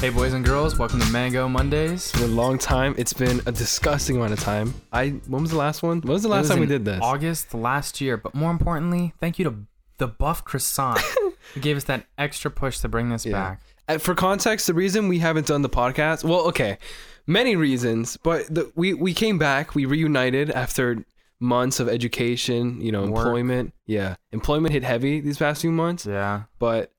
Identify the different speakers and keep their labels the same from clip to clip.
Speaker 1: Hey, boys and girls, welcome to Mango Mondays.
Speaker 2: For a long time, it's been a disgusting amount of time. I when was the last one? When was the
Speaker 1: It
Speaker 2: last
Speaker 1: was
Speaker 2: time we
Speaker 1: in
Speaker 2: did this?
Speaker 1: August last year, but more importantly, thank you to the Buff Croissant who gave us that extra push to bring this
Speaker 2: Yeah.
Speaker 1: back.
Speaker 2: Uh, for context, the reason we haven't done the podcast, well, okay, many reasons, but the, we we came back, we reunited after months of education, you know,
Speaker 1: Work.
Speaker 2: employment. Yeah, employment hit heavy these past few months,
Speaker 1: Yeah.
Speaker 2: but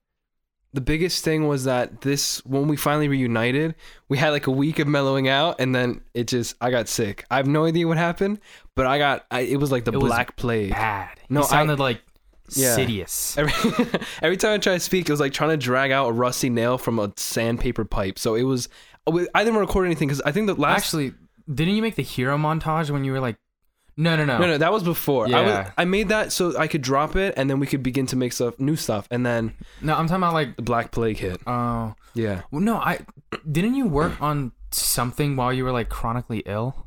Speaker 2: the biggest thing was that this when we finally reunited, we had like a week of mellowing out, and then it just I got sick. I have no idea what happened, but I got I, it was like the
Speaker 1: It was
Speaker 2: black plague.
Speaker 1: Bad. No, he
Speaker 2: No, I-
Speaker 1: sounded like
Speaker 2: Yeah.
Speaker 1: Sidious.
Speaker 2: Every, every time I try to speak, it was like trying to drag out a rusty nail from a sandpaper pipe. So it was. I didn't record anything because I think the last.
Speaker 1: Actually, didn't you make the hero montage when you were like, no, no, no.
Speaker 2: no, no, that was before. I,
Speaker 1: Yeah.
Speaker 2: was, I made that so I could drop it, and then we could begin to make stuff, new stuff, and then
Speaker 1: No, I'm talking about like,
Speaker 2: the Black Plague hit.
Speaker 1: oh.
Speaker 2: Yeah,
Speaker 1: well, no, I. Didn't you work on something while you were like chronically ill?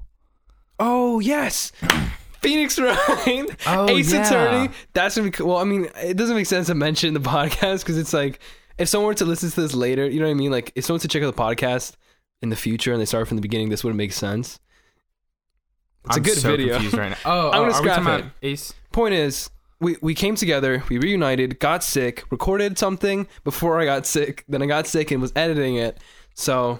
Speaker 2: Oh yes, Phoenix Ryan,
Speaker 1: Oh,
Speaker 2: Ace
Speaker 1: yeah.
Speaker 2: Attorney. That's gonna be cool. well. I mean, it doesn't make sense to mention the podcast because it's like if someone were to listen to this later, you know what I mean. Like if someone were to check out the podcast in the future and they start from the beginning, this would make sense. It's a
Speaker 1: I'm
Speaker 2: good
Speaker 1: so
Speaker 2: video.
Speaker 1: confused right now. Oh,
Speaker 2: I'm gonna
Speaker 1: oh, are we
Speaker 2: scrap
Speaker 1: talking
Speaker 2: it.
Speaker 1: about Ace?
Speaker 2: Point is, we we came together, we reunited, got sick, recorded something before I got sick. Then I got sick and was editing it. So,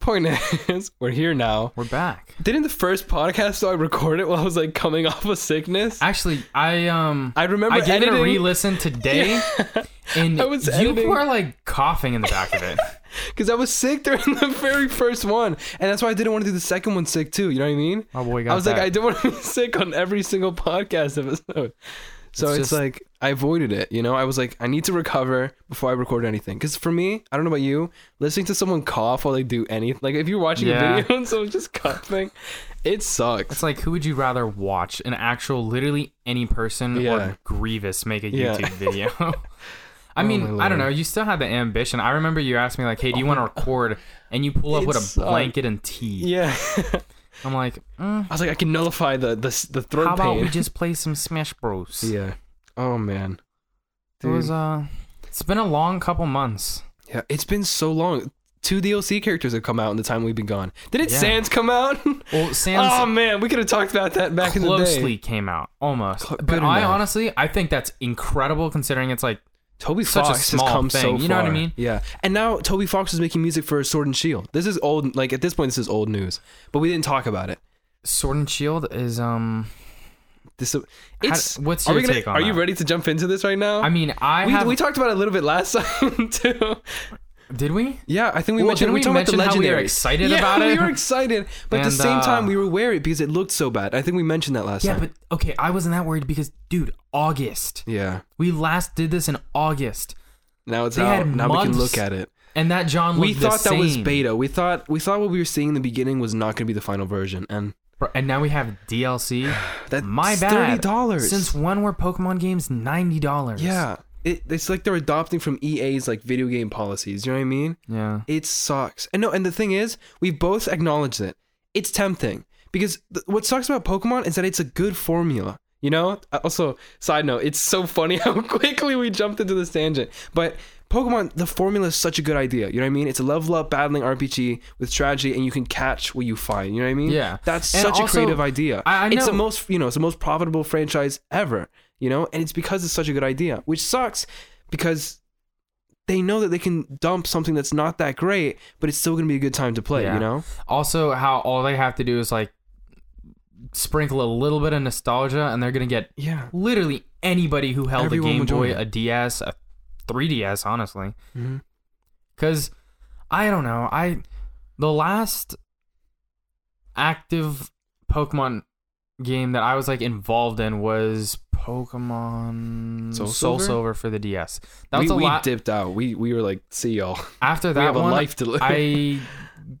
Speaker 2: point is, we're here now.
Speaker 1: We're back.
Speaker 2: Didn't the first podcast though I recorded while I was like coming off of sickness?
Speaker 1: Actually, I um
Speaker 2: I remember
Speaker 1: I gave it
Speaker 2: editing-
Speaker 1: a re-listen today, and
Speaker 2: I was
Speaker 1: you
Speaker 2: editing.
Speaker 1: were like coughing in the back of it.
Speaker 2: because I was sick during the very first one, and that's why I didn't want to do the second one sick too. You know what I mean?
Speaker 1: Oh boy, got
Speaker 2: I was like,
Speaker 1: that.
Speaker 2: I don't want to be sick on every single podcast episode. So
Speaker 1: It's
Speaker 2: it's,
Speaker 1: just-
Speaker 2: like I avoided it. You know, I was like, I need to recover before I record anything. Because for me, I don't know about you, listening to someone cough while they do anything, like if you're watching
Speaker 1: Yeah.
Speaker 2: a video and someone's just coughing, it sucks.
Speaker 1: It's like, who would you rather watch? An actual, literally any person
Speaker 2: Yeah.
Speaker 1: or Grievous make a
Speaker 2: Yeah.
Speaker 1: YouTube video? I mean,
Speaker 2: my
Speaker 1: I don't
Speaker 2: lord.
Speaker 1: know. You still had the ambition. I remember you asked me like, "Hey, do you want to record?" And you pull up
Speaker 2: It
Speaker 1: with a
Speaker 2: sucked.
Speaker 1: blanket and tea.
Speaker 2: Yeah,
Speaker 1: I'm like, mm,
Speaker 2: I was like, I can nullify the the, the throat
Speaker 1: how about
Speaker 2: pain.
Speaker 1: we just play some Smash Bros?
Speaker 2: yeah. Oh man.
Speaker 1: It was uh, it's been a long couple months.
Speaker 2: Yeah, it's been so long. Two DLC characters have come out in the time we've been gone. Didn't
Speaker 1: Yeah.
Speaker 2: Sans come out?
Speaker 1: Well, Sam's
Speaker 2: oh man, we could have talked about that back in the
Speaker 1: closely
Speaker 2: day.
Speaker 1: came out almost.
Speaker 2: Cl-
Speaker 1: but
Speaker 2: good
Speaker 1: I
Speaker 2: enough.
Speaker 1: honestly, I think that's incredible considering it's like
Speaker 2: Toby
Speaker 1: such a
Speaker 2: Fox has
Speaker 1: small
Speaker 2: come so
Speaker 1: thing,
Speaker 2: far.
Speaker 1: you know what I mean?
Speaker 2: Yeah, and now Toby Fox is making music for Sword and Shield. This is old. Like at this point, this is old news. But we didn't talk about it.
Speaker 1: Sword and Shield is um.
Speaker 2: This it's.
Speaker 1: what's
Speaker 2: are we
Speaker 1: your
Speaker 2: gonna-
Speaker 1: take on
Speaker 2: Are you
Speaker 1: that?
Speaker 2: ready to jump into this right now?
Speaker 1: I mean, I
Speaker 2: we,
Speaker 1: have.
Speaker 2: we talked about it a little bit last time too.
Speaker 1: did we?
Speaker 2: Yeah, I think we
Speaker 1: Well,
Speaker 2: mentioned
Speaker 1: didn't
Speaker 2: we,
Speaker 1: we
Speaker 2: talked about
Speaker 1: mention
Speaker 2: the
Speaker 1: how we were
Speaker 2: legendaries.
Speaker 1: excited
Speaker 2: yeah,
Speaker 1: about it?
Speaker 2: We were excited, but at the
Speaker 1: And,
Speaker 2: same time
Speaker 1: uh,
Speaker 2: we were wary because it looked so bad. I think we mentioned that last
Speaker 1: Yeah,
Speaker 2: time.
Speaker 1: but okay, I wasn't that worried because, dude, August.
Speaker 2: yeah.
Speaker 1: We last did this in August,
Speaker 2: Now it's
Speaker 1: They
Speaker 2: out.
Speaker 1: had
Speaker 2: Now we can
Speaker 1: months.
Speaker 2: look at it.
Speaker 1: and that John.
Speaker 2: We
Speaker 1: looked the
Speaker 2: thought that was
Speaker 1: same.
Speaker 2: beta. We thought we thought what we were seeing in the beginning was not going to be the final version, and
Speaker 1: Bro, and now we have DLC.
Speaker 2: that's
Speaker 1: My bad.
Speaker 2: Thirty dollars.
Speaker 1: Since when were Pokemon games ninety dollars?
Speaker 2: yeah, it, it's like they're adopting from EA's like video game policies. You know what I mean?
Speaker 1: Yeah.
Speaker 2: It sucks. And no, and the thing is, we both acknowledge that it's tempting because th- what sucks about Pokemon is that it's a good formula. You know. Uh, Also, side note, it's so funny how quickly we jumped into this tangent. But Pokemon, the formula is such a good idea. You know what I mean? It's a level up battling RPG with strategy, and you can catch what you find. You know what I mean?
Speaker 1: Yeah.
Speaker 2: That's
Speaker 1: And
Speaker 2: such a
Speaker 1: also,
Speaker 2: creative idea.
Speaker 1: I- I
Speaker 2: It's the
Speaker 1: know.
Speaker 2: most, you know, it's the most profitable franchise ever. You know, and it's because it's such a good idea, which sucks because they know that they can dump something that's not that great, but it's still going to be a good time to play,
Speaker 1: Yeah.
Speaker 2: you know?
Speaker 1: also how all they have to do is like sprinkle a little bit of nostalgia and they're gonna get
Speaker 2: Yeah.
Speaker 1: literally anybody who held
Speaker 2: Everyone
Speaker 1: a game
Speaker 2: will join
Speaker 1: boy
Speaker 2: it.
Speaker 1: a ds a 3ds honestly
Speaker 2: Mhm.
Speaker 1: because i don't know i the last active pokemon game that i was like involved in was pokemon
Speaker 2: Soul Silver?
Speaker 1: silver for the ds that was
Speaker 2: we,
Speaker 1: a
Speaker 2: we
Speaker 1: lot
Speaker 2: dipped out. We we were like, see y'all.
Speaker 1: after
Speaker 2: we
Speaker 1: that
Speaker 2: have
Speaker 1: one
Speaker 2: a life to live.
Speaker 1: i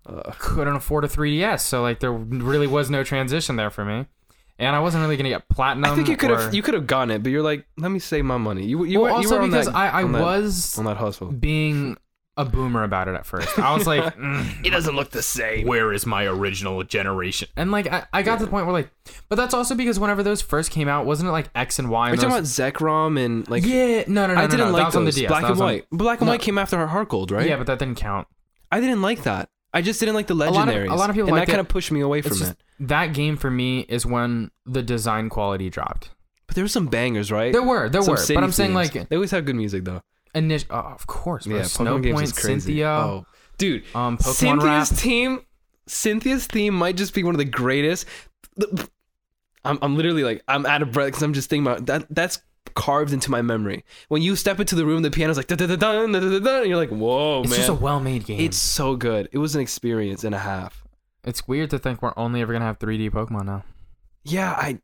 Speaker 2: Uh,
Speaker 1: couldn't afford a 3DS, so like there really was no transition there for me, and I wasn't really gonna get platinum.
Speaker 2: I think you could
Speaker 1: Um, or-
Speaker 2: have you could have gone it, but you're like, let me save my money. You you,
Speaker 1: well,
Speaker 2: were- you
Speaker 1: also
Speaker 2: were on
Speaker 1: because
Speaker 2: that,
Speaker 1: I, I
Speaker 2: on that-
Speaker 1: was
Speaker 2: on that hustle.
Speaker 1: being a boomer about it at first. I was like, "Mm,
Speaker 2: It doesn't look the same.
Speaker 1: where is my original generation? And like I, I got to the point where like, but that's also because whenever those first came out, wasn't it like X and Y?
Speaker 2: Are you
Speaker 1: And
Speaker 2: talking
Speaker 1: those-
Speaker 2: about Zekrom and like?
Speaker 1: yeah, no, no, no,
Speaker 2: I
Speaker 1: no,
Speaker 2: didn't
Speaker 1: no, that
Speaker 2: like
Speaker 1: was
Speaker 2: those.
Speaker 1: on the DS.
Speaker 2: Black
Speaker 1: that
Speaker 2: and
Speaker 1: was on-
Speaker 2: white. Black and
Speaker 1: No.
Speaker 2: white came after Heart Gold, right?
Speaker 1: Yeah, but that didn't count.
Speaker 2: I didn't like that. I just didn't like the
Speaker 1: lot of-
Speaker 2: legendaries.
Speaker 1: a lot of people
Speaker 2: and
Speaker 1: liked
Speaker 2: that kind
Speaker 1: it.
Speaker 2: of pushed me away from
Speaker 1: It's just
Speaker 2: it.
Speaker 1: that game for me is when the design quality dropped.
Speaker 2: But there were some bangers, right?
Speaker 1: There were, there
Speaker 2: Some
Speaker 1: were,
Speaker 2: city
Speaker 1: but I'm saying
Speaker 2: themes.
Speaker 1: like
Speaker 2: they always have good music though.
Speaker 1: initial. Oh, of course, bro.
Speaker 2: Yeah,
Speaker 1: Snow
Speaker 2: Pokemon games
Speaker 1: Point,
Speaker 2: is crazy.
Speaker 1: Cynthia,
Speaker 2: Oh, dude,
Speaker 1: um, Pokemon
Speaker 2: Cynthia's
Speaker 1: Rap.
Speaker 2: team. Cynthia's theme might just be one of the greatest. the- I'm, I'm literally like I'm out of breath because I'm just thinking about that. That's carved into my memory. When you step into the room, the piano's like da da da da da da da. You're like, whoa,
Speaker 1: It's
Speaker 2: oh, man.
Speaker 1: just a well-made game. It's
Speaker 2: it's so good. It was an experience and a half.
Speaker 1: it's weird to think we're only ever gonna have 3D Pokemon now.
Speaker 2: Yeah, I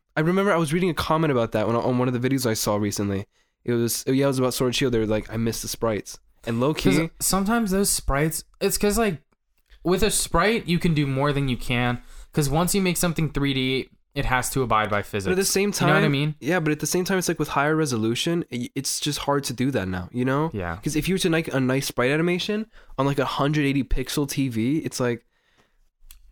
Speaker 2: I remember I was reading a comment about that when, on one of the videos I saw recently. It was yeah, it was about Sword and Shield. They were like, I miss the sprites and low
Speaker 1: Because
Speaker 2: key.
Speaker 1: sometimes those sprites, it's because like with a sprite you can do more than you can. Because once you make something 3D, it has to abide by physics.
Speaker 2: But at the same time,
Speaker 1: you know what I mean?
Speaker 2: Yeah, but at the same time, it's like with higher resolution, i- it's just hard to do that now. You know?
Speaker 1: Yeah.
Speaker 2: Because if you were to like a nice sprite animation on like a 180 pixel TV, it's like.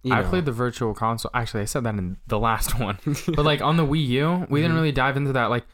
Speaker 2: You
Speaker 1: I
Speaker 2: know.
Speaker 1: played the virtual console. Actually, I said that in the last one. but like on the Wii U, we
Speaker 2: Mm-hmm.
Speaker 1: didn't really dive into that. Like,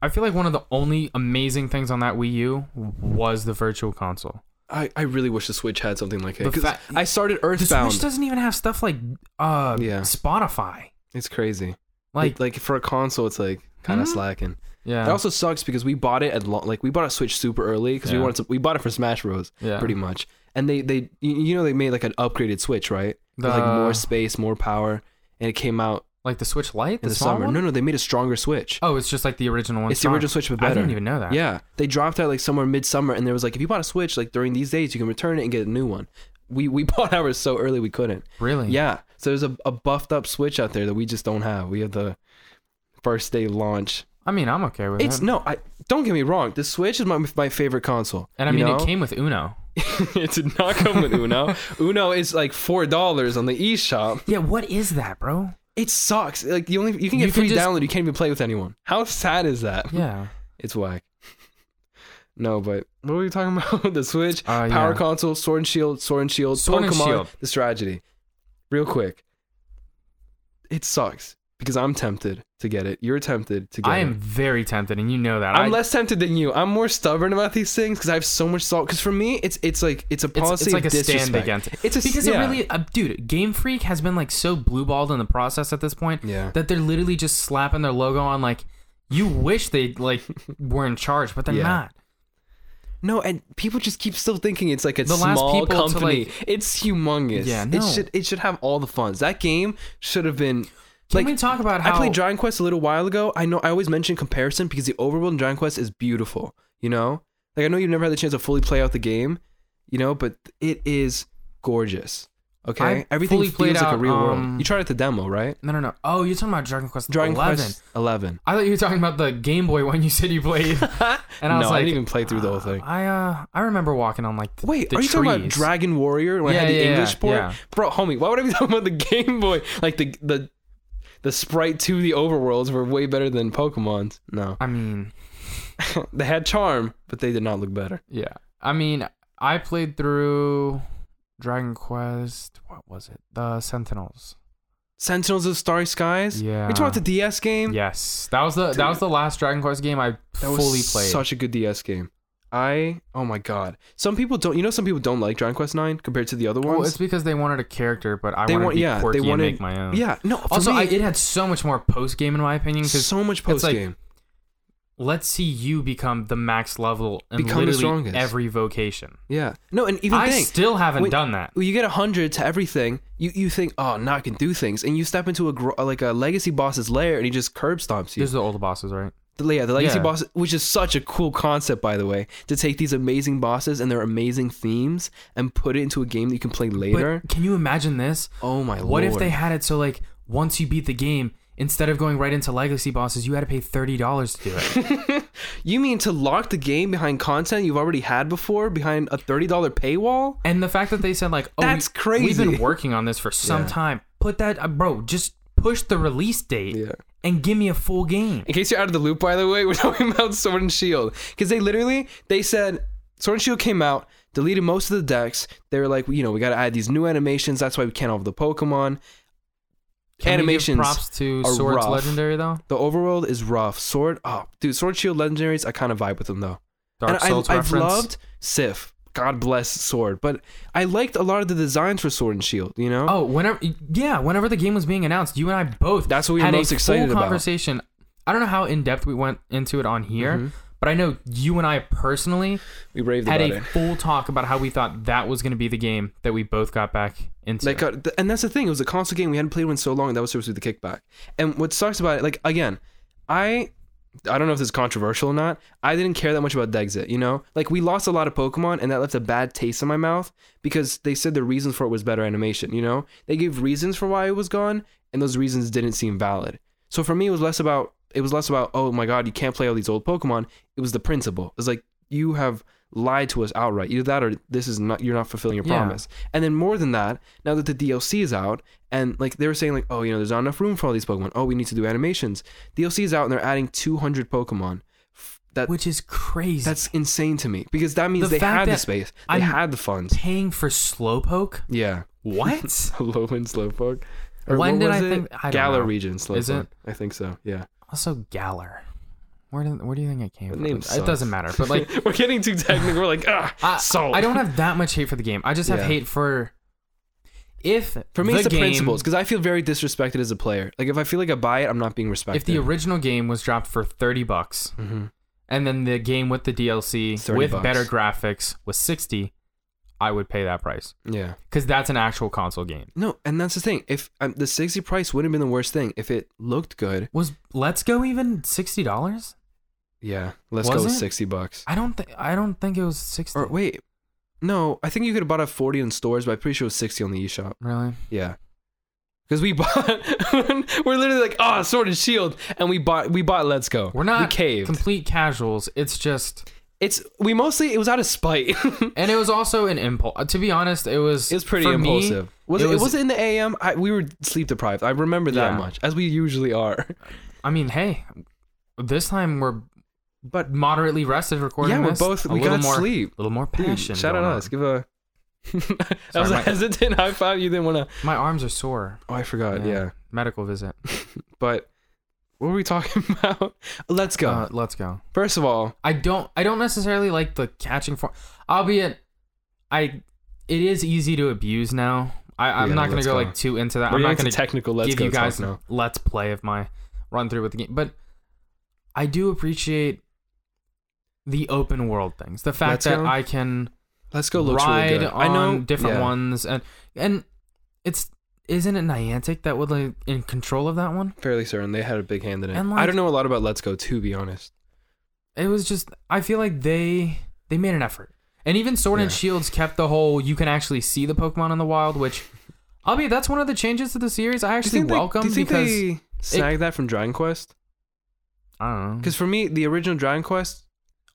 Speaker 1: I feel like one of the only amazing things on that Wii U was the virtual console.
Speaker 2: I, I really wish the Switch had something like it.
Speaker 1: The
Speaker 2: 'Cause
Speaker 1: fa-
Speaker 2: I started
Speaker 1: The
Speaker 2: Earthbound.
Speaker 1: Switch doesn't even have stuff like uh
Speaker 2: Yeah.
Speaker 1: Spotify.
Speaker 2: it's crazy.
Speaker 1: Like,
Speaker 2: like for a console, it's like kind of
Speaker 1: Mhm.
Speaker 2: slacking.
Speaker 1: yeah,
Speaker 2: It also sucks because we bought it at lo- like we bought a Switch super early because
Speaker 1: Yeah.
Speaker 2: we wanted to, we bought it for Smash Bros.
Speaker 1: yeah.
Speaker 2: pretty much. And they they you- you know they made like an upgraded Switch right
Speaker 1: the,
Speaker 2: with like more space, more power, and it came out
Speaker 1: like the Switch Lite,
Speaker 2: in the,
Speaker 1: smaller
Speaker 2: summer.
Speaker 1: one?
Speaker 2: No, no, they made a stronger Switch.
Speaker 1: Oh, it's just like the original one.
Speaker 2: it's the
Speaker 1: smaller.
Speaker 2: original Switch but
Speaker 1: I
Speaker 2: better.
Speaker 1: didn't even know that.
Speaker 2: Yeah, they dropped out like somewhere midsummer, and there was like if you bought a Switch like during these days, you can return it and get a new one. We we bought ours so early we couldn't.
Speaker 1: really.
Speaker 2: Yeah, so there's a, a buffed up Switch out there that we just don't have. We have the first day launch
Speaker 1: I mean, I'm okay with
Speaker 2: It's
Speaker 1: it.
Speaker 2: no, I don't get me wrong. The Switch is my my favorite console,
Speaker 1: And I mean,
Speaker 2: you know?
Speaker 1: it came with Uno.
Speaker 2: it did not come with Uno. Uno is like four dollars on the eShop.
Speaker 1: Yeah, what is that, bro?
Speaker 2: It sucks. Like you only you can
Speaker 1: You
Speaker 2: get
Speaker 1: can
Speaker 2: free
Speaker 1: just-
Speaker 2: download. You can't even play with anyone. How sad is that?
Speaker 1: Yeah.
Speaker 2: It's whack. no, but what were we talking about? the Switch,
Speaker 1: Uh, yeah.
Speaker 2: Power Console, Sword and Shield, Sword and Shield,
Speaker 1: Sword and
Speaker 2: Pokemon,
Speaker 1: Shield.
Speaker 2: this tragedy. Real quick, it sucks because I'm tempted to get it. You're tempted to get
Speaker 1: I
Speaker 2: it.
Speaker 1: am very tempted, and you know that.
Speaker 2: I'm
Speaker 1: I-
Speaker 2: less tempted than you. I'm more stubborn about these things because I have so much salt. Because for me, it's it's like it's a
Speaker 1: it's,
Speaker 2: policy
Speaker 1: it's like a
Speaker 2: of disrespect.
Speaker 1: stand against it.
Speaker 2: It's a
Speaker 1: because
Speaker 2: yeah.
Speaker 1: it really, uh, dude, Game Freak has been like so blueballed in the process at this point
Speaker 2: Yeah.
Speaker 1: that they're literally just slapping their logo on. Like, you wish they like were in charge, but they're
Speaker 2: Yeah.
Speaker 1: not.
Speaker 2: no, and people just keep still thinking it's like a
Speaker 1: The last
Speaker 2: small
Speaker 1: people to,
Speaker 2: company. it's humongous.
Speaker 1: Yeah,
Speaker 2: it
Speaker 1: no.
Speaker 2: should it should have all the funds. That game should have been.
Speaker 1: Can
Speaker 2: like,
Speaker 1: we talk about
Speaker 2: I
Speaker 1: how
Speaker 2: played Dragon Quest a little while ago. I know I always mention comparison because the overworld in Dragon Quest is beautiful. You know, like I know you've never had the chance to fully play out the game. You know, but it is gorgeous. Okay,
Speaker 1: I
Speaker 2: everything
Speaker 1: fully
Speaker 2: feels
Speaker 1: played
Speaker 2: like a
Speaker 1: out,
Speaker 2: real
Speaker 1: um,
Speaker 2: world. You tried out the demo, right?
Speaker 1: No, no, no. Oh, you're talking about Dragon Quest
Speaker 2: Dragon
Speaker 1: 11.
Speaker 2: Quest Eleven.
Speaker 1: I thought you were talking about the Game Boy one you said you played, and I was like,
Speaker 2: no, I didn't even play through the whole thing.
Speaker 1: I uh, I remember walking on like th-
Speaker 2: Wait,
Speaker 1: the
Speaker 2: are you talking about
Speaker 1: trees.
Speaker 2: Dragon Warrior when I
Speaker 1: Yeah,
Speaker 2: had the
Speaker 1: yeah, yeah,
Speaker 2: English port?
Speaker 1: yeah.
Speaker 2: Bro, homie, why would I be talking about the Game Boy? Like the the the sprite to the overworlds were way better than Pokemon's. No,
Speaker 1: I mean,
Speaker 2: they had charm, but they did not look better.
Speaker 1: yeah. I mean, I played through Dragon Quest. What was it? The Sentinels.
Speaker 2: Sentinels of Starry Skies.
Speaker 1: Yeah.
Speaker 2: we talking about the DS game.
Speaker 1: Yes, that was the that was the last Dragon Quest game I
Speaker 2: that
Speaker 1: fully
Speaker 2: was
Speaker 1: played.
Speaker 2: Such a good DS game. I oh my god. Some people don't. You know, some people don't like Dragon Quest Nine compared to the other
Speaker 1: well,
Speaker 2: ones.
Speaker 1: Oh, it's because they wanted a character, but I
Speaker 2: They
Speaker 1: wanted
Speaker 2: want-
Speaker 1: to be
Speaker 2: yeah, they
Speaker 1: quirky
Speaker 2: wanted-
Speaker 1: and make my own.
Speaker 2: yeah, no. For
Speaker 1: Also,
Speaker 2: me,
Speaker 1: I, it had so much more post game in my opinion because
Speaker 2: so much
Speaker 1: it's
Speaker 2: post
Speaker 1: like-
Speaker 2: game.
Speaker 1: let's see you become the max level in
Speaker 2: Become the
Speaker 1: literally
Speaker 2: strongest.
Speaker 1: every vocation.
Speaker 2: yeah, no, and even
Speaker 1: I
Speaker 2: think,
Speaker 1: still haven't
Speaker 2: Wait,
Speaker 1: done that.
Speaker 2: Well, you get a hundred to everything. You you think, oh, now I can do things, and you step into a gro- like a legacy boss's lair, and he just curb stomps you.
Speaker 1: These are the older bosses, right?
Speaker 2: The, yeah, the legacy
Speaker 1: Yeah.
Speaker 2: boss, which is such a cool concept, by the way, to take these amazing bosses and their amazing themes and put it into a game that you can play later.
Speaker 1: But can you imagine this?
Speaker 2: oh my
Speaker 1: What
Speaker 2: lord!
Speaker 1: if they had it so like once you beat the game, instead of going right into legacy bosses, you had to pay thirty dollars to do it?
Speaker 2: You mean to lock the game behind content you've already had before, behind a thirty dollar paywall?
Speaker 1: and the fact that they said like, oh,
Speaker 2: That's
Speaker 1: we, We've been
Speaker 2: crazy.
Speaker 1: working on this for some
Speaker 2: Yeah.
Speaker 1: time. Put that, uh, bro. Just push the release date
Speaker 2: Yeah.
Speaker 1: and give me a full game.
Speaker 2: In case you're out of the loop, by the way, we're talking about Sword and Shield because they literally they said Sword and Shield came out, deleted most of the decks. They were like, you know, we got to add these new animations. That's why we can't have the Pokemon.
Speaker 1: Can we give
Speaker 2: animations
Speaker 1: props to
Speaker 2: are
Speaker 1: Swords
Speaker 2: rough.
Speaker 1: Legendary though.
Speaker 2: The overworld is rough. Sword, oh, dude, Sword and Shield legendaries. I kind of vibe with them though.
Speaker 1: Dark
Speaker 2: and I-
Speaker 1: Souls
Speaker 2: I've,
Speaker 1: reference.
Speaker 2: loved Sif. God bless Sword, but I liked a lot of the designs for Sword and Shield. You know,
Speaker 1: Oh, whenever yeah, whenever the game was being announced, you and I both
Speaker 2: That's what we were
Speaker 1: had a
Speaker 2: most
Speaker 1: full
Speaker 2: excited about.
Speaker 1: conversation. I don't know how in depth we went into it on here,
Speaker 2: Mm-hmm.
Speaker 1: but I know you and I personally
Speaker 2: we raved
Speaker 1: had
Speaker 2: about
Speaker 1: a
Speaker 2: it.
Speaker 1: full talk about how we thought that was going to be the game that we both got back into.
Speaker 2: That got, uh, th- and that's the thing. It was a console game we hadn't played one so long. That was supposed to be the kickback. And what sucks about it, like again, I, I don't know if this is controversial or not. I didn't care that much about Dexit. You know, like we lost a lot of Pokemon, and that left a bad taste in my mouth because they said the reasons for it was better animation. You know, they gave reasons for why it was gone, and those reasons didn't seem valid. So for me, it was less about it was less about oh my god, you can't play all these old Pokemon. It was the principle. It was like you have lied to us outright. Either that or this is not you're not fulfilling your
Speaker 1: Yeah.
Speaker 2: promise. And then more than that, now that the DLC is out and like they were saying like oh you know there's not enough room for all these Pokemon. Oh we need to do animations. DLC is out and they're adding 200 Pokemon. F- That
Speaker 1: which is crazy.
Speaker 2: that's insane to me because that means
Speaker 1: The
Speaker 2: they
Speaker 1: fact
Speaker 2: had the
Speaker 1: that
Speaker 2: space. They
Speaker 1: I'm-
Speaker 2: had the funds.
Speaker 1: paying for Slowpoke?
Speaker 2: Yeah.
Speaker 1: What?
Speaker 2: Low and Slowpoke. Or
Speaker 1: When
Speaker 2: what
Speaker 1: did
Speaker 2: was
Speaker 1: I
Speaker 2: it?
Speaker 1: think- I don't
Speaker 2: Galar
Speaker 1: know.
Speaker 2: region Slowpoke?
Speaker 1: Is it?
Speaker 2: I think so. Yeah.
Speaker 1: also Galar. Where do, where do you think it came
Speaker 2: The
Speaker 1: from?
Speaker 2: name
Speaker 1: it
Speaker 2: sucks.
Speaker 1: doesn't matter. But like
Speaker 2: we're getting too technical. We're like, ah,
Speaker 1: I,
Speaker 2: sold.
Speaker 1: I don't have that much hate for the game. I just have
Speaker 2: Yeah.
Speaker 1: hate for if
Speaker 2: For me,
Speaker 1: the
Speaker 2: it's the
Speaker 1: game,
Speaker 2: principles because I feel very disrespected as a player. Like if I feel like I buy it, I'm not being respected.
Speaker 1: if the original game was dropped for 30 bucks
Speaker 2: Mhm.
Speaker 1: and then the game with the DLC
Speaker 2: 30
Speaker 1: with
Speaker 2: bucks.
Speaker 1: better graphics was 60, I would pay that price
Speaker 2: yeah,
Speaker 1: cuz that's an actual console game.
Speaker 2: no, and that's the thing. If um, the sixty price wouldn't have been the worst thing if it looked good.
Speaker 1: Was Let's Go even $60?
Speaker 2: Yeah, let's
Speaker 1: Was
Speaker 2: go with
Speaker 1: it?
Speaker 2: sixty bucks.
Speaker 1: I don't think I don't think it was 60.
Speaker 2: Or wait, no, I think you could have bought a forty in stores, but I'm pretty sure it was sixty on the eShop.
Speaker 1: really?
Speaker 2: Yeah. Because we bought, we're literally like, oh, Sword and Shield, and we bought, we bought. Let's go.
Speaker 1: We're not
Speaker 2: We caved.
Speaker 1: complete casuals. It's just
Speaker 2: it's we mostly it was out of spite.
Speaker 1: and it was also an impulse. To be honest, it was
Speaker 2: It was pretty
Speaker 1: for me,
Speaker 2: impulsive. was it,
Speaker 1: was-
Speaker 2: was, it in the AM? I, we were sleep deprived. I remember that
Speaker 1: Yeah.
Speaker 2: much, as we usually are.
Speaker 1: I mean, hey, this time we're
Speaker 2: But
Speaker 1: moderately rested recording.
Speaker 2: yeah, we're
Speaker 1: this.
Speaker 2: both
Speaker 1: A
Speaker 2: we
Speaker 1: little
Speaker 2: got
Speaker 1: more,
Speaker 2: sleep.
Speaker 1: A little more
Speaker 2: Dude,
Speaker 1: passion.
Speaker 2: shout out
Speaker 1: going
Speaker 2: to
Speaker 1: on.
Speaker 2: us. Give a. that
Speaker 1: Sorry,
Speaker 2: was a
Speaker 1: my-
Speaker 2: hesitant high five. You didn't want to.
Speaker 1: My arms are sore.
Speaker 2: Oh, I forgot. Yeah.
Speaker 1: Yeah. Medical visit.
Speaker 2: but what were we talking about? Let's go.
Speaker 1: Uh, let's go.
Speaker 2: First of all,
Speaker 1: I don't. I don't necessarily like the catching form, albeit I. It is easy to abuse now. I, I'm
Speaker 2: Yeah,
Speaker 1: not gonna
Speaker 2: let's
Speaker 1: go,
Speaker 2: go.
Speaker 1: like too into that.
Speaker 2: we're
Speaker 1: I'm
Speaker 2: getting
Speaker 1: not
Speaker 2: to
Speaker 1: gonna
Speaker 2: technical. Let's
Speaker 1: give
Speaker 2: go.
Speaker 1: you guys
Speaker 2: talk now.
Speaker 1: let's play of my run through with the game, but I do appreciate the open world things. The fact
Speaker 2: Let's
Speaker 1: that
Speaker 2: go.
Speaker 1: I can
Speaker 2: Let's go. Looks
Speaker 1: ride
Speaker 2: really good.
Speaker 1: on
Speaker 2: I know
Speaker 1: different
Speaker 2: yeah.
Speaker 1: ones and and it's isn't it Niantic that would like in control of that one?
Speaker 2: Fairly certain they had a big hand in it.
Speaker 1: And,
Speaker 2: I
Speaker 1: like-
Speaker 2: don't know a lot about Let's Go to be honest.
Speaker 1: It was just I feel like they they made an effort. And even Sword and
Speaker 2: Yeah.
Speaker 1: Shields kept the whole you can actually see the Pokemon in the wild, which I'll be that's one of the changes to the series I actually welcome
Speaker 2: They, do you think
Speaker 1: because
Speaker 2: they snagged that from Dragon Quest?
Speaker 1: I don't know.
Speaker 2: Because Mm-hmm. for me, the original Dragon Quest,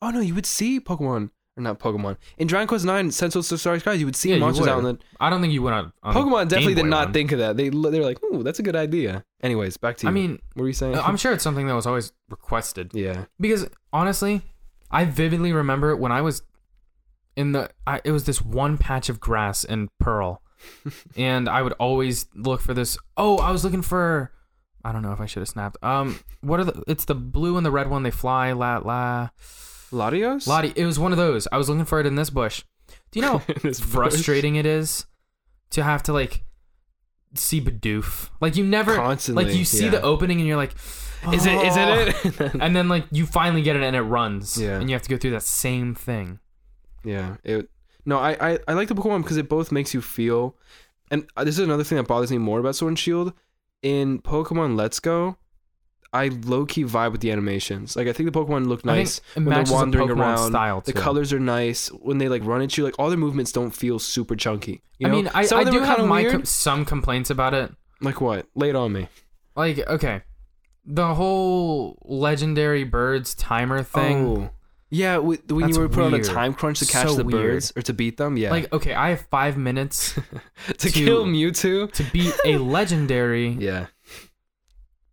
Speaker 2: oh no, you would see Pokemon or not Pokemon in Dragon Quest Nine, Central to Starry Skies. You would see
Speaker 1: Yeah, you
Speaker 2: monsters out in the
Speaker 1: I don't think you would on, on the
Speaker 2: Pokemon. Definitely
Speaker 1: Game Boy
Speaker 2: did not
Speaker 1: one.
Speaker 2: think of that. They li- they were like, ooh, that's a good idea. Anyways, back to you.
Speaker 1: I mean,
Speaker 2: what were you saying?
Speaker 1: I'm sure it's something that was always requested.
Speaker 2: yeah,
Speaker 1: because honestly, I vividly remember when I was in the I, it was this one patch of grass in Pearl, and I would always look for this. Oh, I was looking for. I don't know if I should have snapped. Um, what are the? It's the blue and the red one. They fly la la.
Speaker 2: Latios.
Speaker 1: Lottie, it was one of those. I was looking for it in this bush. Do you know how
Speaker 2: It's
Speaker 1: frustrating it is to have to like see Bidoof? Like you never
Speaker 2: Constantly,
Speaker 1: like you see
Speaker 2: yeah.
Speaker 1: the opening and you're like,
Speaker 2: Is it? Is
Speaker 1: "Oh."
Speaker 2: it? it?
Speaker 1: and then like you finally get it and it runs
Speaker 2: Yeah.
Speaker 1: and you have to go through that same thing
Speaker 2: Yeah. It. No, I, I I like the Pokemon because it both makes you feel, and uh, this is another thing that bothers me more about Sword and Shield. In Pokemon Let's Go, I low key vibe with the animations. Like I think the Pokemon look
Speaker 1: I think
Speaker 2: nice
Speaker 1: it
Speaker 2: when
Speaker 1: matches
Speaker 2: they're
Speaker 1: the
Speaker 2: wandering
Speaker 1: Pokemon
Speaker 2: around.
Speaker 1: style
Speaker 2: the
Speaker 1: too.
Speaker 2: colors are nice when they like run at you. Like all their movements don't feel super chunky. You
Speaker 1: i
Speaker 2: know?
Speaker 1: mean i,
Speaker 2: Some
Speaker 1: I
Speaker 2: of them
Speaker 1: do
Speaker 2: are
Speaker 1: have
Speaker 2: kinda
Speaker 1: my
Speaker 2: weird.
Speaker 1: com- some complaints about it
Speaker 2: like what? Lay it on me.
Speaker 1: like okay the whole legendary birds timer thing
Speaker 2: Oh. Yeah, wi- when
Speaker 1: That's
Speaker 2: you were put on a
Speaker 1: weird.
Speaker 2: time crunch to catch
Speaker 1: So
Speaker 2: the
Speaker 1: weird.
Speaker 2: birds or to beat them, yeah,
Speaker 1: like okay i have five minutes
Speaker 2: to
Speaker 1: to-
Speaker 2: kill Mewtwo,
Speaker 1: to beat a legendary
Speaker 2: yeah.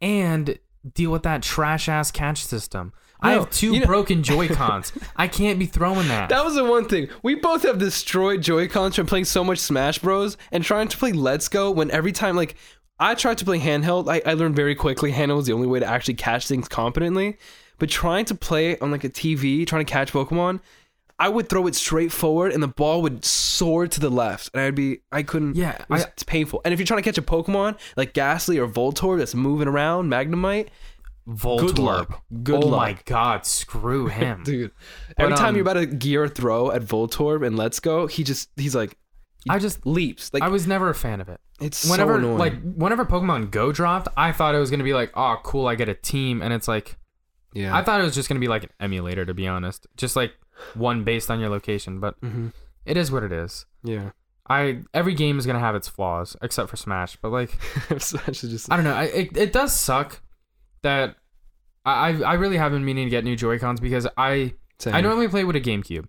Speaker 1: and deal with that trash ass catch system i
Speaker 2: No,
Speaker 1: have two
Speaker 2: you know-
Speaker 1: broken joy cons i can't be throwing that,
Speaker 2: That was the one thing. We both have destroyed Joy-Cons from playing so much Smash Bros. and trying to play Let's Go when every time, like, I tried to play handheld, I, I learned very quickly handheld was the only way to actually catch things competently. But trying to play on, like, a TV, trying to catch Pokemon, I would throw it straight forward, and the ball would soar to the left, and I'd be I couldn't.
Speaker 1: Yeah,
Speaker 2: it was-
Speaker 1: I-
Speaker 2: it's painful. And if you're trying to catch a Pokemon like Ghastly or Voltorb that's moving around, Magnemite,
Speaker 1: Voltorb.
Speaker 2: luck. Good
Speaker 1: oh
Speaker 2: luck.
Speaker 1: my god, screw him.
Speaker 2: dude. Every
Speaker 1: Mm-hmm. But,
Speaker 2: time
Speaker 1: um,
Speaker 2: you're about to gear a throw at Voltorb and Let's Go, he just he's like
Speaker 1: I just
Speaker 2: leaps. Like
Speaker 1: I was never a fan of it.
Speaker 2: it's so
Speaker 1: Whenever
Speaker 2: annoying.
Speaker 1: like whenever Pokemon Go dropped, I thought it was gonna be like, oh cool, I get a team, and it's like
Speaker 2: yeah,
Speaker 1: I thought it was just gonna be like an emulator, to be honest, just like one based on your location. But
Speaker 2: Mhm.
Speaker 1: it is what it is.
Speaker 2: yeah.
Speaker 1: I every game is gonna have its flaws, except for Smash. But like,
Speaker 2: So I should just
Speaker 1: I don't know. I, it it does suck that I I I really have been meaning to get new Joy Cons because I
Speaker 2: Same.
Speaker 1: I normally play with a GameCube,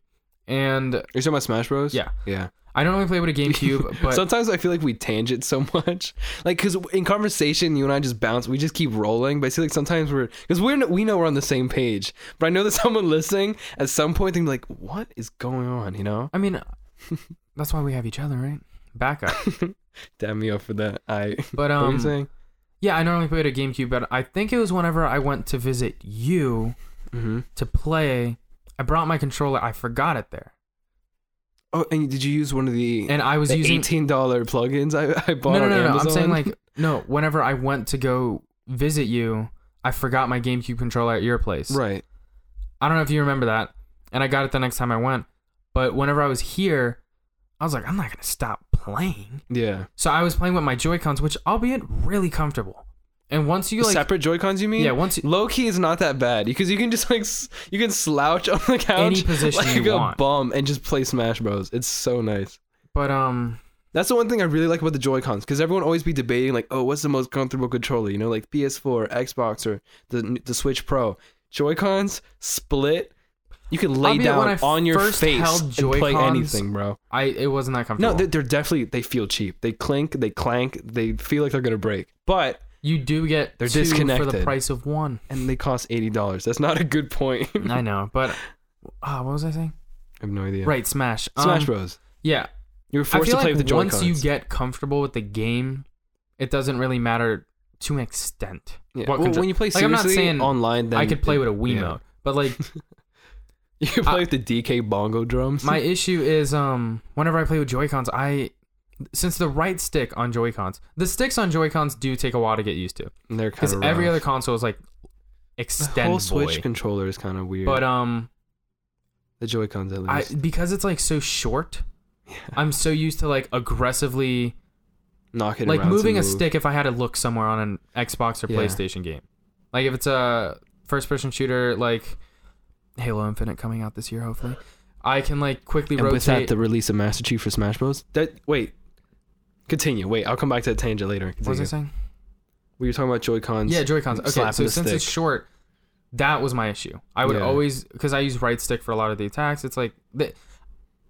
Speaker 1: and
Speaker 2: You're talking about Smash Bros.
Speaker 1: Yeah.
Speaker 2: yeah.
Speaker 1: I normally play with a GameCube, but
Speaker 2: Sometimes I feel like we tangent so much, like because in conversation you and I just bounce, we just keep rolling. But I see, like sometimes we're because we're we know we're on the same page, but I know that someone listening at some point they're like, "What is going on?" You know?
Speaker 1: I mean, that's why we have each other, right? Backup.
Speaker 2: Damn me up for that. I
Speaker 1: But
Speaker 2: what were you
Speaker 1: um,
Speaker 2: saying?
Speaker 1: yeah, I normally play with a GameCube, but I think it was whenever I went to visit you
Speaker 2: Mm-hmm.
Speaker 1: to play. I brought my controller. I forgot it there,
Speaker 2: Oh, and did you use one of the,
Speaker 1: and I was
Speaker 2: the
Speaker 1: using.
Speaker 2: eighteen dollar plugins I, I bought
Speaker 1: no, no,
Speaker 2: on
Speaker 1: no, no.
Speaker 2: Amazon?
Speaker 1: I'm saying like no. Whenever I went to go visit you, I forgot my GameCube controller at your place.
Speaker 2: right.
Speaker 1: I don't know if you remember that, and I got it the next time I went. But whenever I was here, I was like, I'm not gonna stop playing.
Speaker 2: Yeah.
Speaker 1: So I was playing with my Joy Cons, which albeit really comfortable. And once you like,
Speaker 2: Separate Joy Cons, you mean?
Speaker 1: yeah, once you,
Speaker 2: Low key is not that bad because you can just like s- you can slouch on the couch
Speaker 1: Any position
Speaker 2: like
Speaker 1: you
Speaker 2: a
Speaker 1: want.
Speaker 2: bum and just play Smash Bros. It's so nice.
Speaker 1: but um,
Speaker 2: That's the one thing I really like about the Joy Cons because everyone always be debating like, oh, what's the most comfortable controller? You know, like PS4, Xbox, or the the Switch Pro. Joy Cons split. You can lay
Speaker 1: Albeit when
Speaker 2: down
Speaker 1: I
Speaker 2: on your
Speaker 1: first
Speaker 2: face
Speaker 1: held
Speaker 2: and play
Speaker 1: Joy-Cons,
Speaker 2: anything, bro.
Speaker 1: I it wasn't that
Speaker 2: No,
Speaker 1: comfortable.
Speaker 2: they're, they're definitely they feel cheap. They clink, they clank, they feel like they're gonna break. But
Speaker 1: you do get
Speaker 2: They're
Speaker 1: two for the
Speaker 2: disconnected.
Speaker 1: price of one.
Speaker 2: and they cost eighty dollars. That's not a good point. I
Speaker 1: I know, but uh, what was I saying?
Speaker 2: have no idea.
Speaker 1: Right, Smash. Um,
Speaker 2: Smash Bros.
Speaker 1: Yeah,
Speaker 2: You were
Speaker 1: I
Speaker 2: forced
Speaker 1: feel
Speaker 2: to play
Speaker 1: like
Speaker 2: with the Joy
Speaker 1: once
Speaker 2: Cons.
Speaker 1: you get comfortable with the game, it doesn't really matter to an extent.
Speaker 2: yeah.
Speaker 1: what
Speaker 2: well,
Speaker 1: contro-
Speaker 2: when you play
Speaker 1: Like,
Speaker 2: seriously
Speaker 1: I'm not saying
Speaker 2: online, then
Speaker 1: I could play with a Wiimote,
Speaker 2: yeah.
Speaker 1: but like
Speaker 2: You can play with the DK bongo drums.
Speaker 1: my issue is um whenever I play with Joy Cons, I since the right stick on Joy Cons, the sticks on Joy Cons do take a while to get used to
Speaker 2: they're
Speaker 1: because
Speaker 2: kind of
Speaker 1: every other console is like
Speaker 2: the
Speaker 1: extend
Speaker 2: whole
Speaker 1: boy.
Speaker 2: Switch controller is kind of weird.
Speaker 1: But um,
Speaker 2: the Joy Cons at
Speaker 1: I
Speaker 2: least
Speaker 1: because it's like so short, I'm so used to like aggressively
Speaker 2: knock it
Speaker 1: like
Speaker 2: around to
Speaker 1: moving a
Speaker 2: move.
Speaker 1: stick if I had to look somewhere on an Xbox or
Speaker 2: Yeah.
Speaker 1: PlayStation game. Like if it's a first person shooter like Halo Infinite coming out this year, hopefully. I can like quickly
Speaker 2: And with that,
Speaker 1: rotate.
Speaker 2: the release of Master Chief for Smash Bros. That wait, continue. Wait, I'll come back to that tangent later.
Speaker 1: what was I
Speaker 2: Continue.
Speaker 1: saying?
Speaker 2: We were talking about Joy Cons.
Speaker 1: Yeah, Joy Cons. Okay,
Speaker 2: slapping
Speaker 1: so
Speaker 2: the
Speaker 1: since it's
Speaker 2: stick.
Speaker 1: short, that was my issue. I would
Speaker 2: Yeah.
Speaker 1: always because I use right stick for a lot of the attacks. It's like the,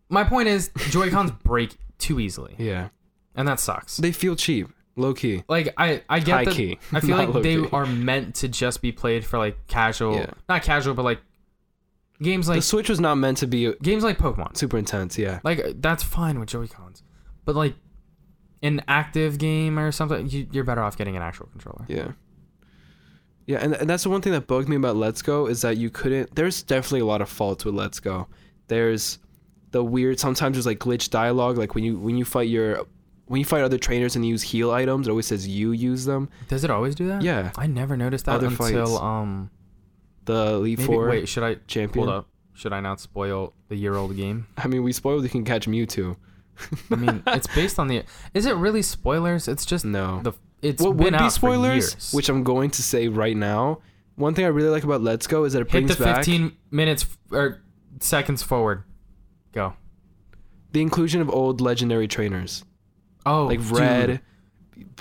Speaker 1: my point is Joy Cons break too easily,
Speaker 2: yeah,
Speaker 1: and that sucks.
Speaker 2: they feel cheap, low key.
Speaker 1: like I, I
Speaker 2: High
Speaker 1: get that.
Speaker 2: key,
Speaker 1: I feel
Speaker 2: not
Speaker 1: like
Speaker 2: low
Speaker 1: they
Speaker 2: key.
Speaker 1: are meant to just be played for like casual,
Speaker 2: Yeah.
Speaker 1: not casual, but like games
Speaker 2: The
Speaker 1: like
Speaker 2: Switch was not meant to be
Speaker 1: games like Pokemon.
Speaker 2: super intense. Yeah,
Speaker 1: Like uh, that's fine with Joy Cons, but like an active game or something, you, you're better off getting an actual controller.
Speaker 2: Yeah. Yeah, and, and that's the one thing that bugged me about Let's Go is that you couldn't. There's definitely a lot of faults with Let's Go. There's the weird. Sometimes there's like glitch dialogue, like when you when you fight your when you fight other trainers and you use heal items, it always says you use them.
Speaker 1: Does it always do that?
Speaker 2: Yeah,
Speaker 1: I never noticed that
Speaker 2: Other
Speaker 1: until
Speaker 2: fights.
Speaker 1: um.
Speaker 2: the Elite
Speaker 1: Maybe,
Speaker 2: Four
Speaker 1: wait, should I
Speaker 2: champion.
Speaker 1: hold up? Should I not spoil the year-old game?
Speaker 2: I mean, we spoiled. You can catch Mewtwo.
Speaker 1: I mean, it's based on the. Is it really spoilers? It's just
Speaker 2: No.
Speaker 1: the. It's
Speaker 2: what
Speaker 1: been
Speaker 2: would be
Speaker 1: out
Speaker 2: spoilers,
Speaker 1: for years.
Speaker 2: which I'm going to say right now. One thing I really like about Let's Go is that it
Speaker 1: hit
Speaker 2: brings
Speaker 1: the
Speaker 2: back
Speaker 1: 15 minutes f- or seconds forward. Go.
Speaker 2: the inclusion of old legendary trainers
Speaker 1: Oh,
Speaker 2: like
Speaker 1: dude,
Speaker 2: red,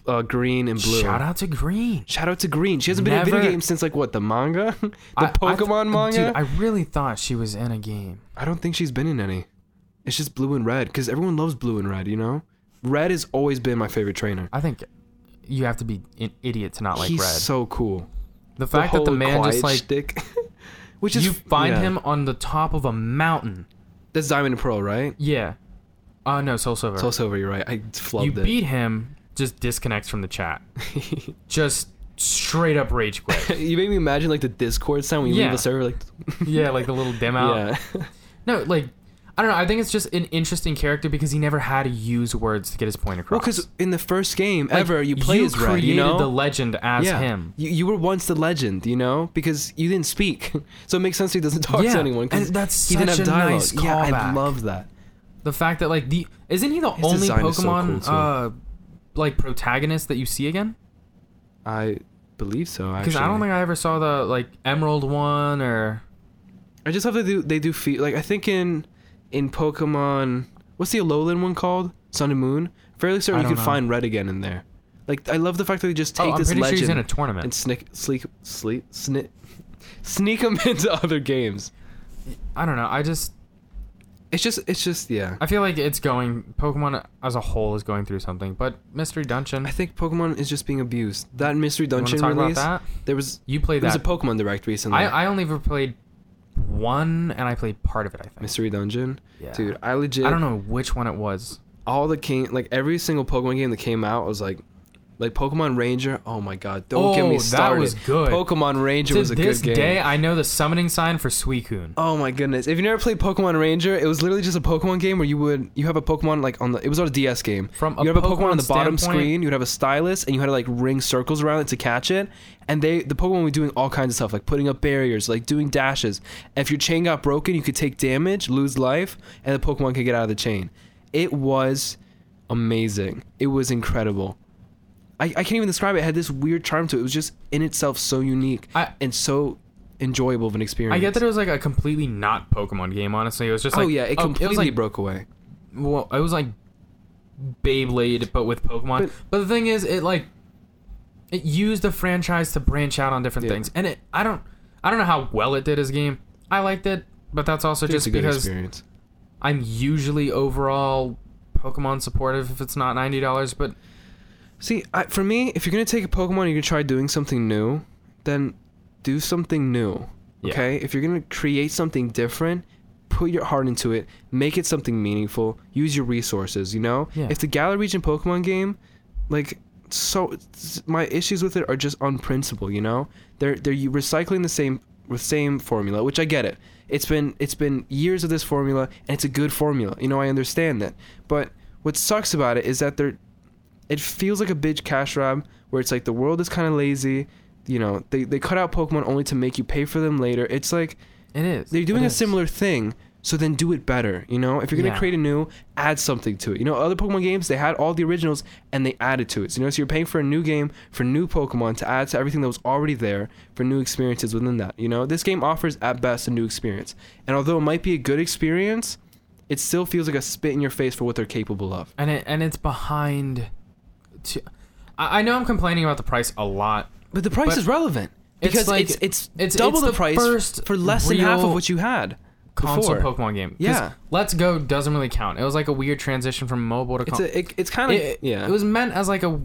Speaker 2: uh, green, and blue.
Speaker 1: Shout out to Green.
Speaker 2: Shout out to Green. She hasn't been in a video
Speaker 1: Never-
Speaker 2: game since like what the manga, the
Speaker 1: I- I th-
Speaker 2: Pokemon manga.
Speaker 1: Dude, I really thought she was in a game.
Speaker 2: I, don't think she's been in any. It's just blue and red because everyone loves blue and red. You know, red has always been my favorite trainer.
Speaker 1: I think you have to be an idiot to not like
Speaker 2: He's
Speaker 1: Red.
Speaker 2: so cool.
Speaker 1: the fact that the
Speaker 2: whole
Speaker 1: man
Speaker 2: quiet
Speaker 1: just like
Speaker 2: shtick, which is
Speaker 1: you find
Speaker 2: yeah.
Speaker 1: him on the top of a mountain.
Speaker 2: That's Diamond and Pearl, right?
Speaker 1: Yeah. Uh no, Soul Silver.
Speaker 2: Soul Silver, you're right. I
Speaker 1: you
Speaker 2: flubbed
Speaker 1: beat him, just disconnects from the chat. just straight up rage quit.
Speaker 2: it. you made me imagine like the Discord sound when you
Speaker 1: Yeah.
Speaker 2: leave the server, like
Speaker 1: yeah, like the little dim out.
Speaker 2: yeah.
Speaker 1: No, like I don't know. I think it's just an interesting character because he never had to use words to get his point across.
Speaker 2: Well, because in the first game
Speaker 1: Like,
Speaker 2: ever, you play as Red.
Speaker 1: created
Speaker 2: You know,
Speaker 1: the legend as him.
Speaker 2: You, you were once the legend, you know, because you didn't speak, so it makes sense he doesn't talk
Speaker 1: Yeah,
Speaker 2: to anyone. 'cause
Speaker 1: and that's
Speaker 2: he didn't
Speaker 1: such
Speaker 2: have
Speaker 1: a
Speaker 2: dialogue.
Speaker 1: nice
Speaker 2: yeah, I
Speaker 1: callback.
Speaker 2: love that.
Speaker 1: The fact that like the isn't he the
Speaker 2: His
Speaker 1: only
Speaker 2: design is so cool,
Speaker 1: Pokemon
Speaker 2: too.
Speaker 1: uh like protagonist that you see again?
Speaker 2: I believe so.
Speaker 1: Because
Speaker 2: Actually,
Speaker 1: I don't think I ever saw the like Emerald one or oh,
Speaker 2: I just have to do. They do feet like I think in in Pokemon. What's the Alolan one called? Sun and Moon. Fairly certain
Speaker 1: I
Speaker 2: you
Speaker 1: don't
Speaker 2: could
Speaker 1: know.
Speaker 2: find Red again in there. Like I love the fact that they just
Speaker 1: Oh,
Speaker 2: take
Speaker 1: I'm
Speaker 2: this
Speaker 1: pretty sure
Speaker 2: legend
Speaker 1: he's in a tournament.
Speaker 2: and sneak sleek sleep sni sneak him into other games.
Speaker 1: I don't know. I just
Speaker 2: It's just it's just yeah.
Speaker 1: I feel like it's going Pokemon as a whole is going through something, but Mystery Dungeon.
Speaker 2: I think Pokemon is just being abused. That Mystery
Speaker 1: you wanna
Speaker 2: Dungeon
Speaker 1: talk
Speaker 2: release.
Speaker 1: about that?
Speaker 2: There was
Speaker 1: You played
Speaker 2: there was
Speaker 1: that.
Speaker 2: a Pokemon Direct recently.
Speaker 1: I, I only ever played one, and I played part of it. I think.
Speaker 2: Mystery Dungeon,
Speaker 1: Yeah.
Speaker 2: dude. I legit.
Speaker 1: I don't know which one it was.
Speaker 2: All the came like every single Pokemon game that came out was like, like Pokemon Ranger. Oh my god, don't get
Speaker 1: Oh,
Speaker 2: me
Speaker 1: that
Speaker 2: started.
Speaker 1: was good.
Speaker 2: Pokemon Ranger
Speaker 1: to
Speaker 2: was a
Speaker 1: this
Speaker 2: good game.
Speaker 1: day, I know the summoning sign for Suicune.
Speaker 2: Oh my goodness! If you never played Pokemon Ranger, it was literally just a Pokemon game where you would you have a Pokemon like on the it was on a DS game.
Speaker 1: From a
Speaker 2: you have a Pokemon on the
Speaker 1: Pokemon
Speaker 2: bottom
Speaker 1: standpoint-
Speaker 2: screen, you'd have a stylus, and you had to like ring circles around it to catch it. And they the Pokemon were doing all kinds of stuff like putting up barriers, like doing dashes. And if your chain got broken, you could take damage, lose life, and the Pokemon could get out of the chain. It was amazing. It was incredible. I, I can't even describe it. It had this weird charm to it. It was just in itself so unique
Speaker 1: I-
Speaker 2: and so enjoyable of an experience.
Speaker 1: I get that it was like a completely not Pokemon game. Honestly, it was just
Speaker 2: Oh
Speaker 1: like
Speaker 2: yeah, it
Speaker 1: was,
Speaker 2: completely
Speaker 1: like,
Speaker 2: broke away.
Speaker 1: well, it was like Beyblade, but with Pokemon. But,
Speaker 2: But-
Speaker 1: the thing is, it like it used the franchise to branch out on different
Speaker 2: Yeah.
Speaker 1: things, and it I don't I don't know how well it did as a game. I liked it, but that's also
Speaker 2: It's
Speaker 1: just
Speaker 2: a good
Speaker 1: because
Speaker 2: experience.
Speaker 1: I'm usually overall Pokemon supportive if it's not ninety dollars. But
Speaker 2: See, I, for me, if you're gonna take a Pokemon and you're gonna try doing something new, then do something new.
Speaker 1: Yeah.
Speaker 2: Okay, if you're gonna create something different, put your heart into it, make it something meaningful, use your resources. You know,
Speaker 1: Yeah.
Speaker 2: if the Galar region Pokemon game, like, so my issues with it are just on principle. You know, they're they're recycling the same the same formula, which I get it. It's been it's been years of this formula, and it's a good formula. You know, I understand that. But what sucks about it is that they're it feels like a bitch cash grab where it's like the world is kind of lazy. You know, they, they cut out Pokemon only to make you pay for them later. It's like
Speaker 1: it is
Speaker 2: they're doing
Speaker 1: It
Speaker 2: a
Speaker 1: is.
Speaker 2: similar thing, so then do it better. You know, if you're gonna
Speaker 1: Yeah.
Speaker 2: create a new, add something to it. You know, other Pokemon games they had all the originals and they added to it. So, you know, so you're paying for a new game for new Pokemon to add to everything that was already there for new experiences within that. You know, this game offers at best a new experience, and although it might be a good experience, it still feels like a spit in your face for what they're capable of.
Speaker 1: and it and it's behind. Two, I, I know I'm complaining about the price a lot.
Speaker 2: But the price
Speaker 1: But
Speaker 2: is relevant
Speaker 1: it's
Speaker 2: because
Speaker 1: like-
Speaker 2: it's, it's
Speaker 1: it's-
Speaker 2: double
Speaker 1: it's
Speaker 2: the,
Speaker 1: the
Speaker 2: price
Speaker 1: first
Speaker 2: for less than half
Speaker 1: real
Speaker 2: of what you had.
Speaker 1: Console
Speaker 2: before.
Speaker 1: Pokemon game. 'Cause
Speaker 2: Yeah.
Speaker 1: Let's Go doesn't really count. It was like a weird transition from mobile to
Speaker 2: It's
Speaker 1: console.
Speaker 2: a, it, it's kind of
Speaker 1: it,
Speaker 2: yeah.
Speaker 1: It was meant as like a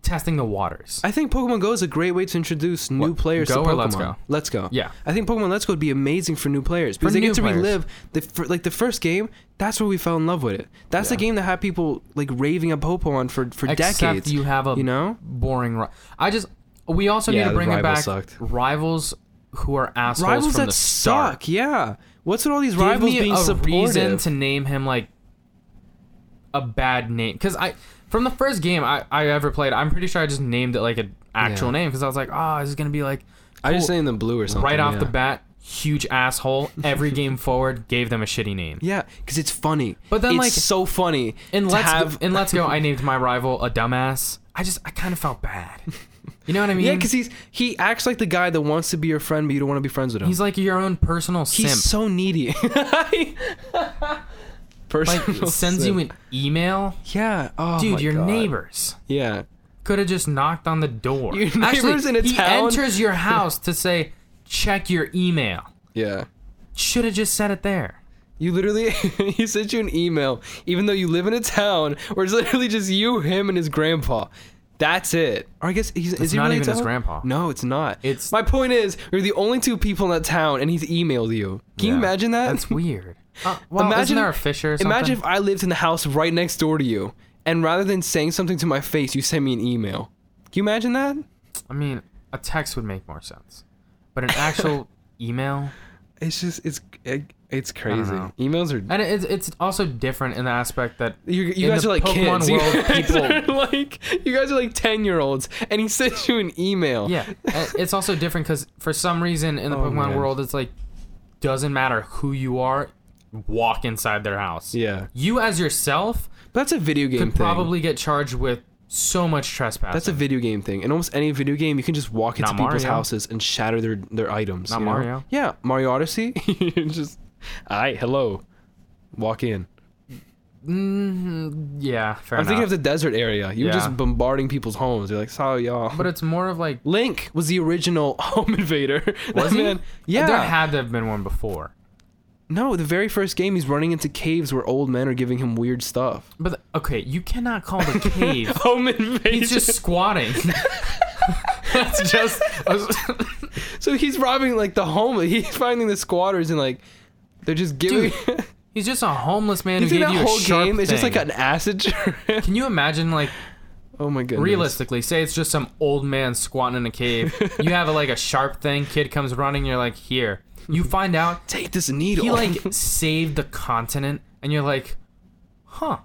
Speaker 1: testing the waters.
Speaker 2: I think Pokemon Go is a great way to introduce new
Speaker 1: What,
Speaker 2: players
Speaker 1: Go
Speaker 2: to
Speaker 1: or
Speaker 2: Pokemon.
Speaker 1: Let's Go?
Speaker 2: Let's go.
Speaker 1: Yeah.
Speaker 2: I think Pokemon Let's Go would be amazing for new players because
Speaker 1: For
Speaker 2: they
Speaker 1: new
Speaker 2: get to
Speaker 1: players.
Speaker 2: relive the fir- like the first game. That's where we fell in love with it. That's the
Speaker 1: Yeah.
Speaker 2: game that had people like raving about Pokemon for for
Speaker 1: Except
Speaker 2: decades.
Speaker 1: you have a
Speaker 2: you know.
Speaker 1: boring. Ri- I just we also
Speaker 2: Yeah,
Speaker 1: need to
Speaker 2: the
Speaker 1: bring it
Speaker 2: rivals
Speaker 1: back
Speaker 2: sucked.
Speaker 1: rivals who are assholes
Speaker 2: Rivals
Speaker 1: from
Speaker 2: that
Speaker 1: the start.
Speaker 2: suck. Yeah. What's with all these
Speaker 1: Give
Speaker 2: rivals
Speaker 1: me
Speaker 2: being
Speaker 1: a reason
Speaker 2: supportive?
Speaker 1: to name him like a bad name because I from the first game I, I ever played I'm pretty sure I just named it like an actual
Speaker 2: Yeah.
Speaker 1: name because I was like oh this is gonna be like
Speaker 2: I just
Speaker 1: cool.
Speaker 2: named them blue or something.
Speaker 1: right off the
Speaker 2: yeah.
Speaker 1: bat huge asshole every game forward gave them a shitty name
Speaker 2: Yeah, because it's funny.
Speaker 1: But then,
Speaker 2: it's
Speaker 1: like,
Speaker 2: so funny.
Speaker 1: and let's
Speaker 2: to
Speaker 1: Go-
Speaker 2: have,
Speaker 1: and let's go I named my rival a dumbass I just I kind of felt bad you know what I mean
Speaker 2: yeah, because he's he acts like the guy that wants to be your friend, but you don't want to be friends with him.
Speaker 1: he's like your own personal
Speaker 2: He's
Speaker 1: simp
Speaker 2: so needy.
Speaker 1: like
Speaker 2: Personal
Speaker 1: sends
Speaker 2: sin.
Speaker 1: you an email
Speaker 2: yeah, oh
Speaker 1: dude
Speaker 2: my
Speaker 1: your
Speaker 2: God.
Speaker 1: neighbors
Speaker 2: Yeah,
Speaker 1: could have just knocked on the door.
Speaker 2: Your neighbor's in a
Speaker 1: he
Speaker 2: town?
Speaker 1: enters your house to say, "Check your email."
Speaker 2: yeah.
Speaker 1: Should have just said it there.
Speaker 2: You literally he sent you an email, even though you live in a town where it's literally just you, him, and his grandpa. That's it. Or I guess he's is he
Speaker 1: not
Speaker 2: really
Speaker 1: even his
Speaker 2: town?
Speaker 1: grandpa.
Speaker 2: No, it's not.
Speaker 1: It's-
Speaker 2: my point is you're the only two people in that town, and he's emailed you. Can you
Speaker 1: Yeah.
Speaker 2: imagine that?
Speaker 1: That's weird. Uh, well,
Speaker 2: Imagine-
Speaker 1: isn't there a Fisher or something?
Speaker 2: Imagine if I lived in the house right next door to you, and rather than saying something to my face, you sent me an email. Can you imagine that?
Speaker 1: I mean, a text would make more sense, but an actual email.
Speaker 2: It's just it's. I, It's crazy.
Speaker 1: know.
Speaker 2: Emails are.
Speaker 1: And it's it's also different in the aspect that
Speaker 2: You, you
Speaker 1: In
Speaker 2: guys
Speaker 1: the
Speaker 2: are like
Speaker 1: Pokemon
Speaker 2: kids. You
Speaker 1: world,
Speaker 2: guys
Speaker 1: people-
Speaker 2: are like you guys are like ten year olds, and he sent you an email.
Speaker 1: yeah, and it's also different because for some reason in the
Speaker 2: Oh,
Speaker 1: Pokemon
Speaker 2: man.
Speaker 1: world, it's like doesn't matter who you are, walk inside their house.
Speaker 2: Yeah.
Speaker 1: You as yourself
Speaker 2: But that's a video game
Speaker 1: could
Speaker 2: thing.
Speaker 1: probably get charged with so much trespassing.
Speaker 2: That's a video game thing. In almost any video game, you can just walk into
Speaker 1: Not
Speaker 2: people's
Speaker 1: Mario.
Speaker 2: houses and shatter their their items.
Speaker 1: Not
Speaker 2: you know?
Speaker 1: Mario.
Speaker 2: Yeah, Mario Odyssey. You just, I hello, walk in.
Speaker 1: Mhm, yeah, fair
Speaker 2: I'm
Speaker 1: enough.
Speaker 2: thinking of the desert area. You're
Speaker 1: Yeah.
Speaker 2: just bombarding people's homes. You're like, sorry, y'all.
Speaker 1: but it's more of like
Speaker 2: Link was the original home invader.
Speaker 1: was
Speaker 2: that
Speaker 1: he?
Speaker 2: man, yeah.
Speaker 1: there had to have been one before.
Speaker 2: no, the very first game, he's running into caves where old men are giving him weird stuff.
Speaker 1: But the- okay, you cannot call the cave.
Speaker 2: Home invader.
Speaker 1: He's just squatting. That's just
Speaker 2: so he's robbing like the home. He's finding the squatters and like they're just giving.
Speaker 1: he's just a homeless man
Speaker 2: you
Speaker 1: who
Speaker 2: think
Speaker 1: gave
Speaker 2: that
Speaker 1: you a
Speaker 2: whole
Speaker 1: sharp
Speaker 2: game is just like
Speaker 1: thing.
Speaker 2: an acid trip?
Speaker 1: Can you imagine, like,
Speaker 2: oh my goodness.
Speaker 1: realistically, say it's just some old man squatting in a cave. you have, like, a sharp thing, kid comes running, you're like, here. You find out
Speaker 2: Take this needle.
Speaker 1: he, like, saved the continent, and you're like, huh.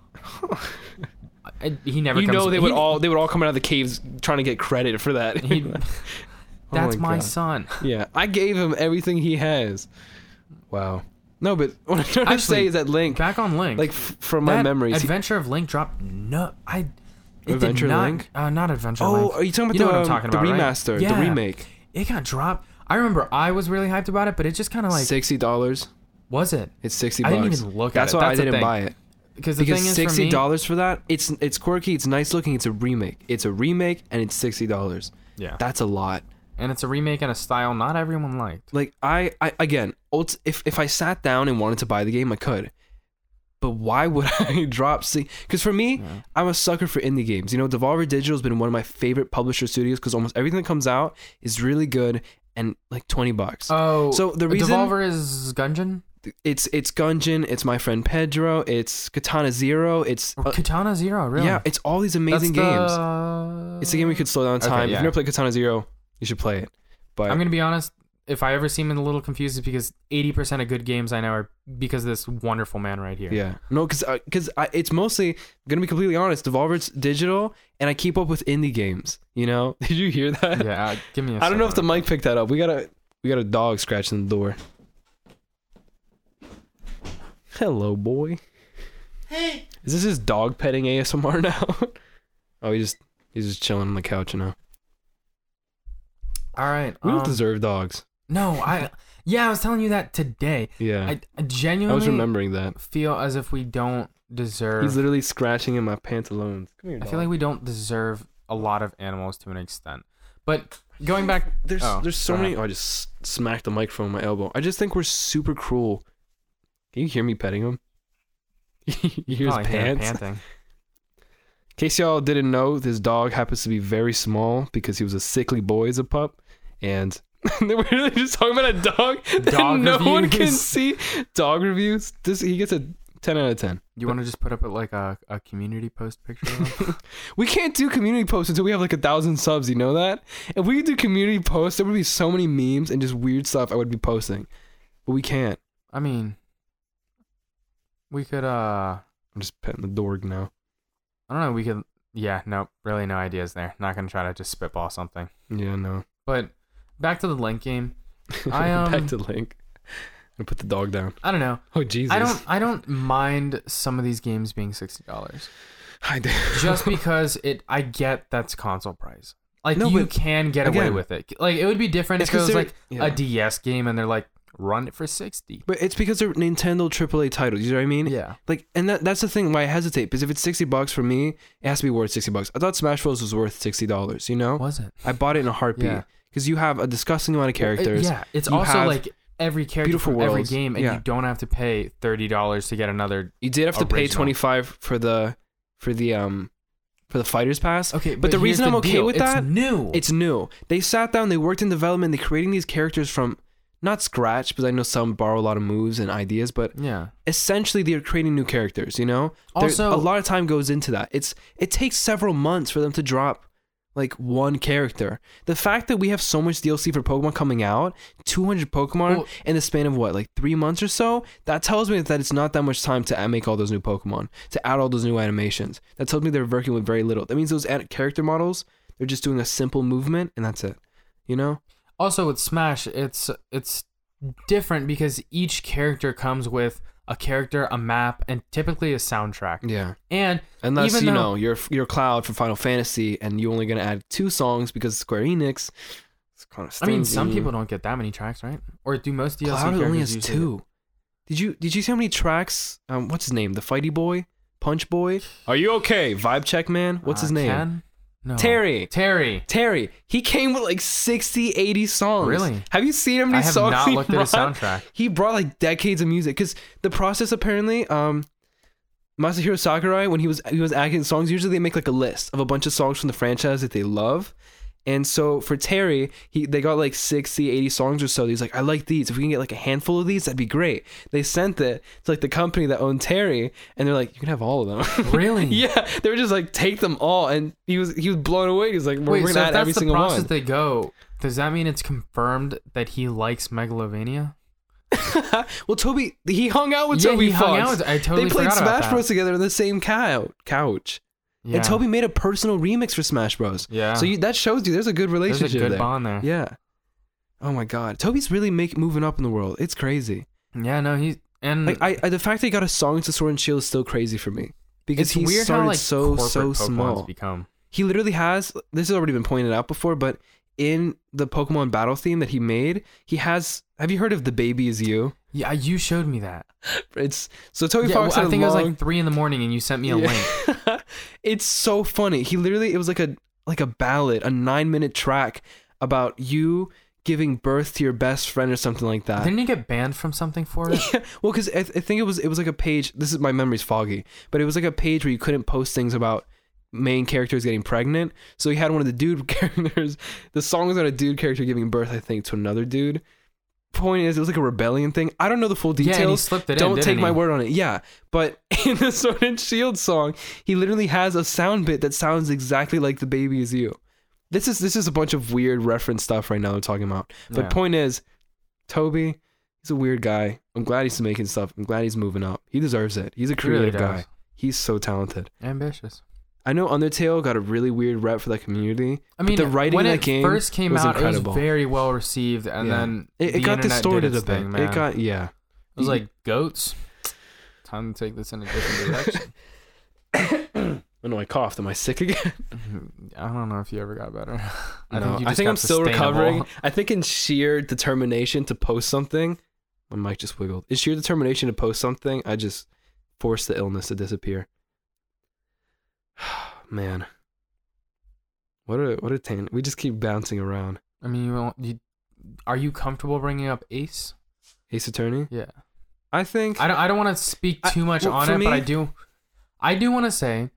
Speaker 1: I- He never
Speaker 2: you
Speaker 1: comes
Speaker 2: know they would
Speaker 1: he-
Speaker 2: all they would all come out of the caves trying to get credit for that.
Speaker 1: he- That's
Speaker 2: Oh my
Speaker 1: my
Speaker 2: God.
Speaker 1: son.
Speaker 2: yeah, I gave him everything he has. Wow. No, but what I'm trying to say
Speaker 1: Actually,
Speaker 2: is that Link,
Speaker 1: Back on Link.
Speaker 2: like f- from my
Speaker 1: That
Speaker 2: memories, he-
Speaker 1: Adventure of Link dropped no I it
Speaker 2: Adventure
Speaker 1: did not,
Speaker 2: Link?
Speaker 1: Uh, not Adventure
Speaker 2: Oh,
Speaker 1: Link.
Speaker 2: are you talking about
Speaker 1: know
Speaker 2: the,
Speaker 1: what I'm
Speaker 2: um,
Speaker 1: talking
Speaker 2: the
Speaker 1: about, right?
Speaker 2: remaster, the
Speaker 1: Yeah.
Speaker 2: remake?
Speaker 1: It got dropped. I remember I was really hyped about it, but it just kind of like
Speaker 2: sixty dollars.
Speaker 1: was it
Speaker 2: It's sixty.
Speaker 1: I
Speaker 2: bucks.
Speaker 1: didn't even look at
Speaker 2: That's
Speaker 1: it.
Speaker 2: why
Speaker 1: That's
Speaker 2: I
Speaker 1: the
Speaker 2: didn't
Speaker 1: thing.
Speaker 2: buy it
Speaker 1: because the
Speaker 2: because
Speaker 1: thing is for
Speaker 2: sixty
Speaker 1: me,
Speaker 2: dollars for that. It's it's quirky. It's nice looking. It's a remake. It's a remake, and it's sixty dollars.
Speaker 1: yeah,
Speaker 2: That's a lot.
Speaker 1: and it's a remake and a style not everyone liked.
Speaker 2: Like I, I again, ult- if if I sat down and wanted to buy the game, I could. But why would I drop C? Because for me, I'm a sucker for indie games. You know, Devolver Digital has been one of my favorite publisher studios because almost everything that comes out is really good and like twenty bucks.
Speaker 1: Oh,
Speaker 2: So the reason-
Speaker 1: Devolver is Gungeon
Speaker 2: it's it's Gungeon, it's my friend Pedro, it's Katana Zero, it's
Speaker 1: or
Speaker 2: uh,
Speaker 1: Katana Zero. Oh, Really?
Speaker 2: yeah, it's all these amazing
Speaker 1: That's
Speaker 2: games.
Speaker 1: the-
Speaker 2: It's a game we could slow down
Speaker 1: Okay,
Speaker 2: time. If
Speaker 1: yeah.
Speaker 2: you've never played Katana Zero, you should play it. But
Speaker 1: I'm gonna be honest. If I ever seem a little confused, it's because 80% of good games I know are because of this wonderful man right here.
Speaker 2: Yeah. No, because because it's mostly gonna be completely honest. Devolver's digital, and I keep up with indie games. You know? Did you hear that?
Speaker 1: Yeah, uh, give me a
Speaker 2: I don't know if the
Speaker 1: second.
Speaker 2: mic picked that up. We got a we got a dog scratching the door. Hello, boy. Hey. Is this his dog petting ASMR now? oh, he just he's just chilling on the couch now.
Speaker 1: All right.
Speaker 2: We
Speaker 1: um,
Speaker 2: don't deserve dogs.
Speaker 1: No, I. Yeah, I was telling you that today.
Speaker 2: Yeah.
Speaker 1: I, I
Speaker 2: I, was
Speaker 1: genuinely
Speaker 2: remembering that.
Speaker 1: feel as if we don't
Speaker 2: He's
Speaker 1: deserve.
Speaker 2: literally scratching in my pantaloons. Come here,
Speaker 1: I
Speaker 2: dog.
Speaker 1: feel like we don't deserve a lot of animals to an extent. But going back,
Speaker 2: There's
Speaker 1: Oh,
Speaker 2: there's so
Speaker 1: go
Speaker 2: many. Oh, I just s- smacked the microphone with my elbow. I just think we're super cruel. Can you hear me petting him? you hear his
Speaker 1: probably hear him
Speaker 2: pants? In
Speaker 1: panting.
Speaker 2: case y'all didn't know, this dog happens to be very small because he was a sickly boy as a pup, and we're really just talking about a dog that
Speaker 1: Dog
Speaker 2: no one can
Speaker 1: reviews.
Speaker 2: see. Dog reviews. This he gets a ten out of ten.
Speaker 1: You want to just put up like a, a community post picture? of him?
Speaker 2: We can't do community posts until we have like a thousand subs. You know that? If we could do community posts, there would be so many memes and just weird stuff I would be posting, but we can't.
Speaker 1: I mean, we could. uh
Speaker 2: I'm just petting the dorg now.
Speaker 1: I don't know. We could. Yeah. Nope. Really, no ideas there. Not gonna try to just spitball something.
Speaker 2: Yeah, no.
Speaker 1: But back to the link game. I, um,
Speaker 2: Back to Link. I put the dog down.
Speaker 1: I don't know.
Speaker 2: Oh Jesus!
Speaker 1: I don't. I don't mind some of these games being sixty dollars.
Speaker 2: I did.
Speaker 1: just because it I get that's console price. Like
Speaker 2: No,
Speaker 1: you
Speaker 2: but
Speaker 1: can get away
Speaker 2: again-
Speaker 1: with it. Like it would be different
Speaker 2: It's
Speaker 1: if it was
Speaker 2: considered-
Speaker 1: like
Speaker 2: yeah.
Speaker 1: a DS game and they're like run it for 60.
Speaker 2: But it's because they're Nintendo AAA titles. You know what I mean?
Speaker 1: Yeah.
Speaker 2: Like, and that, that's the thing why I hesitate because if it's sixty bucks for me, it has to be worth sixty bucks. I thought Smash Bros was worth sixty dollars. You know,
Speaker 1: Was it?
Speaker 2: I bought it in a
Speaker 1: Yeah.
Speaker 2: heartbeat because you have a disgusting amount of characters.
Speaker 1: yeah, it's
Speaker 2: You
Speaker 1: also
Speaker 2: have
Speaker 1: like every character
Speaker 2: beautiful
Speaker 1: from every
Speaker 2: worlds.
Speaker 1: game and
Speaker 2: Yeah.
Speaker 1: you don't have to pay $30 to get another
Speaker 2: You did have to pay
Speaker 1: Original.
Speaker 2: twenty five for the for the um for the fighters pass.
Speaker 1: Okay,
Speaker 2: but, the
Speaker 1: here's
Speaker 2: reason I'm okay
Speaker 1: deal.
Speaker 2: with
Speaker 1: it's
Speaker 2: that
Speaker 1: new.
Speaker 2: It's new. They sat down, they worked in development, they're creating these characters from not scratch, because I know some borrow a lot of moves and ideas, but
Speaker 1: yeah.
Speaker 2: essentially they're creating new characters, you know? There-
Speaker 1: Also-
Speaker 2: a lot of time goes into that. It's it takes several months for them to drop like one character. The fact that we have so much DLC for Pokemon coming out, 200 Pokemon
Speaker 1: Well-
Speaker 2: in the span of what, like three months or so, that tells me that it's not that much time to make all those new Pokemon, to add all those new animations. That tells me they're working with very little. That means those ad- character models, they're just doing a simple movement and that's it. You know?
Speaker 1: Also with Smash, it's it's different because each character comes with a character, a map, and typically a soundtrack.
Speaker 2: Yeah.
Speaker 1: And
Speaker 2: Unless
Speaker 1: Even
Speaker 2: you
Speaker 1: though-
Speaker 2: know you're you're Cloud for Final Fantasy and you're only gonna add two songs because Square Enix. It's kind of.
Speaker 1: I mean, some people don't get that many tracks, right? Or do most DLC
Speaker 2: Cloud only
Speaker 1: characters
Speaker 2: has
Speaker 1: usually-
Speaker 2: two. Did you did you see how many tracks? Um, what's his name? The Fighty Boy, Punch Boy. Are you okay? Vibe Check Man. What's
Speaker 1: Uh,
Speaker 2: his name?
Speaker 1: Ken? No.
Speaker 2: Terry.
Speaker 1: Terry.
Speaker 2: Terry. He came with like 60, 80 songs.
Speaker 1: Really?
Speaker 2: Have you seen how many
Speaker 1: I have
Speaker 2: songs
Speaker 1: not
Speaker 2: he
Speaker 1: looked at
Speaker 2: brought?
Speaker 1: his soundtrack.
Speaker 2: He brought like decades of music because the process apparently, um, Masahiro Sakurai when he was he was acting songs, usually they make like a list of a bunch of songs from the franchise that they love. And so for Terry, he they got like 60, 80 songs or so. He's like, I like these. If we can get like a handful of these, that'd be great. They sent it to like the company that owned Terry, and they're like, you can have all of them.
Speaker 1: Really?
Speaker 2: yeah, they were just like, take them all, and he was he was blown away. He's like, we're,
Speaker 1: Wait,
Speaker 2: we're
Speaker 1: so
Speaker 2: gonna
Speaker 1: if
Speaker 2: add
Speaker 1: that's
Speaker 2: every
Speaker 1: the
Speaker 2: single
Speaker 1: process
Speaker 2: one.
Speaker 1: they go, does that mean it's confirmed that he likes Megalovania?
Speaker 2: well, Toby, he hung out with
Speaker 1: yeah,
Speaker 2: Toby
Speaker 1: he
Speaker 2: Fox.
Speaker 1: hung out. with- I totally
Speaker 2: they played
Speaker 1: forgot about
Speaker 2: Smash
Speaker 1: that.
Speaker 2: Bros together on the same cou- couch,
Speaker 1: Yeah.
Speaker 2: and Toby made a personal remix for Smash Bros.
Speaker 1: Yeah.
Speaker 2: So you, that shows you there's a good
Speaker 1: There's a
Speaker 2: relationship
Speaker 1: good
Speaker 2: there.
Speaker 1: bond there. Yeah.
Speaker 2: Yeah. Oh my God, Toby's really make moving up in the world. It's crazy.
Speaker 1: no, he's and
Speaker 2: Like I, I the fact that he got a song to Sword and Shield is still crazy for me because
Speaker 1: it's
Speaker 2: he
Speaker 1: weird
Speaker 2: started
Speaker 1: how like
Speaker 2: so
Speaker 1: corporate
Speaker 2: so
Speaker 1: Pokemon's
Speaker 2: small.
Speaker 1: become.
Speaker 2: he literally has this has already been pointed out before but in the pokemon battle theme that he made he has have you heard of the baby is you
Speaker 1: Yeah, you showed me that.
Speaker 2: it's so toby
Speaker 1: yeah,
Speaker 2: fox
Speaker 1: well,
Speaker 2: had
Speaker 1: I think
Speaker 2: a
Speaker 1: it was
Speaker 2: long,
Speaker 1: like three in the morning, and you sent me a
Speaker 2: Yeah.
Speaker 1: link.
Speaker 2: it's so funny he literally it was like a like a ballad a nine minute track about you giving birth to your best friend or something like that
Speaker 1: Didn't you get banned from something for it?
Speaker 2: Yeah, well, because I, th- I think it was it was like a page. This is my memory's foggy, but it was like a page where you couldn't post things about main characters getting pregnant. So he had one of the dude characters. The song was about a dude character giving birth, I think, to another dude. Point is, it was like a rebellion thing. I don't know the full
Speaker 1: yeah, and he
Speaker 2: details.
Speaker 1: slipped it in.
Speaker 2: don't
Speaker 1: didn't
Speaker 2: take my
Speaker 1: he?
Speaker 2: word on it. Yeah, but in the Sword and Shield song, he literally has a sound bit that sounds exactly like "The Baby Is You." This is this is a bunch of weird reference stuff right now. They're talking about. But
Speaker 1: Yeah.
Speaker 2: point is, Toby, he's a weird guy. I'm glad he's making stuff. I'm glad he's moving up. He deserves it. He's a
Speaker 1: He really
Speaker 2: creative
Speaker 1: does.
Speaker 2: guy. He's so talented.
Speaker 1: Ambitious.
Speaker 2: I know Undertale got a really weird rep for that community.
Speaker 1: I mean,
Speaker 2: the writing
Speaker 1: when
Speaker 2: in
Speaker 1: it
Speaker 2: that game
Speaker 1: first came
Speaker 2: was
Speaker 1: out, it
Speaker 2: incredible.
Speaker 1: was very well received, and
Speaker 2: Yeah.
Speaker 1: then
Speaker 2: It,
Speaker 1: the
Speaker 2: it got
Speaker 1: internet did
Speaker 2: distorted a
Speaker 1: its
Speaker 2: bit.
Speaker 1: thing, man.
Speaker 2: It got yeah.
Speaker 1: It was like goats. Time to take this in a different direction.
Speaker 2: Oh no, I coughed. Am I sick again?
Speaker 1: I don't know if you ever got better.
Speaker 2: I,
Speaker 1: you
Speaker 2: I
Speaker 1: just
Speaker 2: think
Speaker 1: got
Speaker 2: I'm still
Speaker 1: sustainable.
Speaker 2: recovering. I think in sheer determination to post something, my mic just wiggled. In sheer determination to post something, I just forced the illness to disappear. Man, what a what a tan. We just keep bouncing around.
Speaker 1: I mean, you, won't- you are you comfortable bringing up Ace?
Speaker 2: Ace Attorney.
Speaker 1: Yeah.
Speaker 2: I think.
Speaker 1: I don't. I don't want to speak
Speaker 2: I-
Speaker 1: too much
Speaker 2: well,
Speaker 1: on
Speaker 2: for
Speaker 1: it, but I
Speaker 2: me-
Speaker 1: do. I do want to say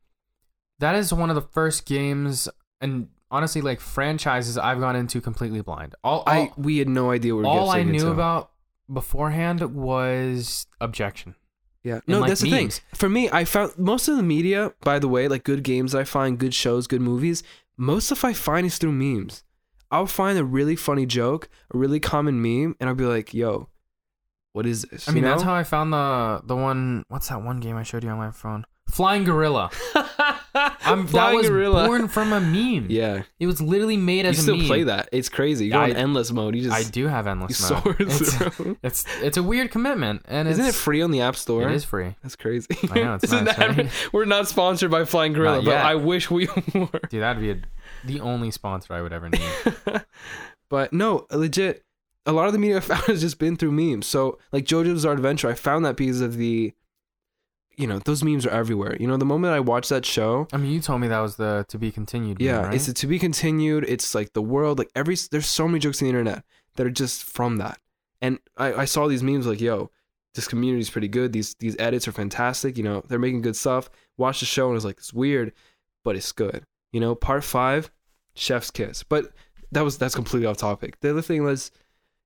Speaker 1: that is one of the first games, and honestly, like franchises I've gone into completely blind. All
Speaker 2: I we had no idea what we were
Speaker 1: all I
Speaker 2: getting
Speaker 1: knew
Speaker 2: into.
Speaker 1: about beforehand was objection.
Speaker 2: Yeah. No,
Speaker 1: like,
Speaker 2: that's
Speaker 1: memes.
Speaker 2: the thing. For me, I found most of the media, by the way, like good games I find, good shows, good movies, most of I find is through memes. I'll find a really funny joke, a really common meme, and I'll be like, yo, what is this?
Speaker 1: I mean,
Speaker 2: You
Speaker 1: that's
Speaker 2: know?
Speaker 1: how I found the the one. What's that one game I showed you on my phone? Flying Gorilla. I'm, that
Speaker 2: Flying
Speaker 1: was
Speaker 2: gorilla.
Speaker 1: born from a meme.
Speaker 2: Yeah.
Speaker 1: It was literally made
Speaker 2: You
Speaker 1: as a
Speaker 2: still
Speaker 1: meme.
Speaker 2: play that. It's crazy. You go
Speaker 1: I-
Speaker 2: on endless mode. You
Speaker 1: I
Speaker 2: just
Speaker 1: do have
Speaker 2: you
Speaker 1: endless mode.
Speaker 2: soar
Speaker 1: It's,
Speaker 2: through.
Speaker 1: it's it's a weird commitment, and
Speaker 2: Isn't it
Speaker 1: it's,
Speaker 2: free on the App Store?
Speaker 1: It is free,
Speaker 2: That's crazy.
Speaker 1: I know, it's
Speaker 2: Isn't
Speaker 1: nice,
Speaker 2: that-
Speaker 1: right?
Speaker 2: We're not sponsored by Flying Gorilla,
Speaker 1: Not
Speaker 2: but
Speaker 1: yet.
Speaker 2: I wish we were.
Speaker 1: dude. That'd be a, the only sponsor I would ever need.
Speaker 2: but no, legit. A lot of the media I found has just been through memes. So like JoJo's Bizarre Adventure, I found that because of the, you know, those memes are everywhere. You know, the moment I watched that show,
Speaker 1: I mean, you told me that was the to be continued.
Speaker 2: yeah,
Speaker 1: meme, right?
Speaker 2: it's a to be continued. It's like the world, like every there's so many jokes on the internet that are just from that. And I, I saw these memes like, yo, this community is pretty good. These these edits are fantastic. You know, they're making good stuff. Watch the show and it's like it's weird, but it's good. You know, part five, Chef's Kiss. But that was that's completely off topic. The other thing was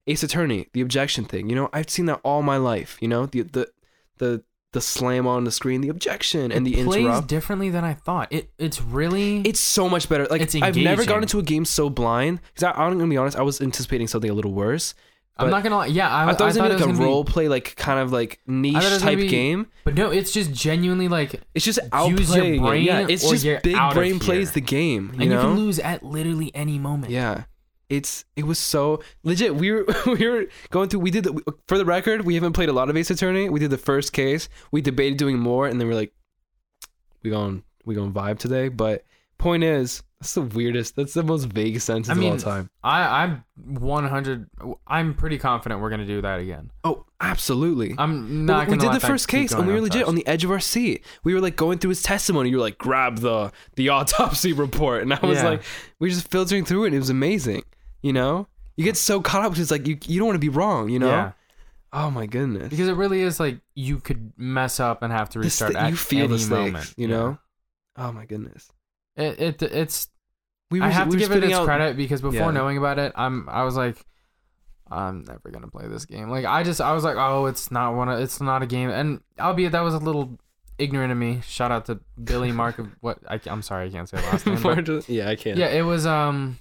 Speaker 2: Ace Attorney, the objection thing. You know, I've seen that all my life. You know, the the the the slam on the screen, the objection, and the
Speaker 1: plays
Speaker 2: interrupt.
Speaker 1: differently than I thought. It it's really
Speaker 2: It's so much better. Like
Speaker 1: Mm. It's
Speaker 2: I've never
Speaker 1: engaging.
Speaker 2: gone into a game so blind. Because I'm gonna be honest, I was anticipating something a little worse.
Speaker 1: I'm
Speaker 2: but-
Speaker 1: not gonna lie. Yeah, I,
Speaker 2: I, thought it was gonna be like a
Speaker 1: gonna
Speaker 2: role play, like kind of like
Speaker 1: I
Speaker 2: niche
Speaker 1: thought it was gonna
Speaker 2: type
Speaker 1: be-
Speaker 2: game.
Speaker 1: but no, it's just genuinely like
Speaker 2: It's just
Speaker 1: Use your
Speaker 2: outplaying. it. yeah,
Speaker 1: brain
Speaker 2: it's
Speaker 1: or
Speaker 2: just
Speaker 1: you're
Speaker 2: big
Speaker 1: out of
Speaker 2: brain
Speaker 1: here.
Speaker 2: plays the game. You
Speaker 1: and
Speaker 2: know,
Speaker 1: you can lose at literally any moment.
Speaker 2: Yeah. It's it was so legit. We were we were going through. We did the, for the record. We haven't played a lot of Ace Attorney. We did the first case. We debated doing more, and then we're like, we going we going vibe today. But point is, that's the weirdest. That's the most vague sentence
Speaker 1: I mean,
Speaker 2: of all time.
Speaker 1: I I'm 100. I'm pretty confident we're gonna do that again.
Speaker 2: Oh, absolutely.
Speaker 1: I'm
Speaker 2: But
Speaker 1: not.
Speaker 2: we
Speaker 1: gonna
Speaker 2: did
Speaker 1: let
Speaker 2: the
Speaker 1: that
Speaker 2: first
Speaker 1: keep
Speaker 2: case,
Speaker 1: going
Speaker 2: and we were legit on
Speaker 1: untouched.
Speaker 2: the edge of our seat. We were like going through his testimony. You were like, grab the the autopsy report, and I was
Speaker 1: Yeah.
Speaker 2: like, we were just filtering through it. and It was amazing. You know, you get so caught up because like you you don't want to be wrong. You know.
Speaker 1: Yeah,
Speaker 2: Oh my goodness.
Speaker 1: because it really is like you could mess up and have to
Speaker 2: This
Speaker 1: restart
Speaker 2: thi-
Speaker 1: at
Speaker 2: you feel
Speaker 1: any
Speaker 2: this thing,
Speaker 1: moment.
Speaker 2: you know? Oh my goodness.
Speaker 1: Yeah. it, it it's
Speaker 2: We
Speaker 1: I
Speaker 2: were-
Speaker 1: have
Speaker 2: we
Speaker 1: to
Speaker 2: were
Speaker 1: give it
Speaker 2: spitting
Speaker 1: its
Speaker 2: out-
Speaker 1: credit because before
Speaker 2: Yeah.
Speaker 1: knowing about it, I'm I was like, I'm never gonna play this game. Like I just I was like, oh, it's not one. Of, it's not a game. And albeit that was a little ignorant of me. Shout out to Billy Mark of what I, am sorry I can't say last name. but-
Speaker 2: Margin- yeah, I can't.
Speaker 1: yeah, it was um,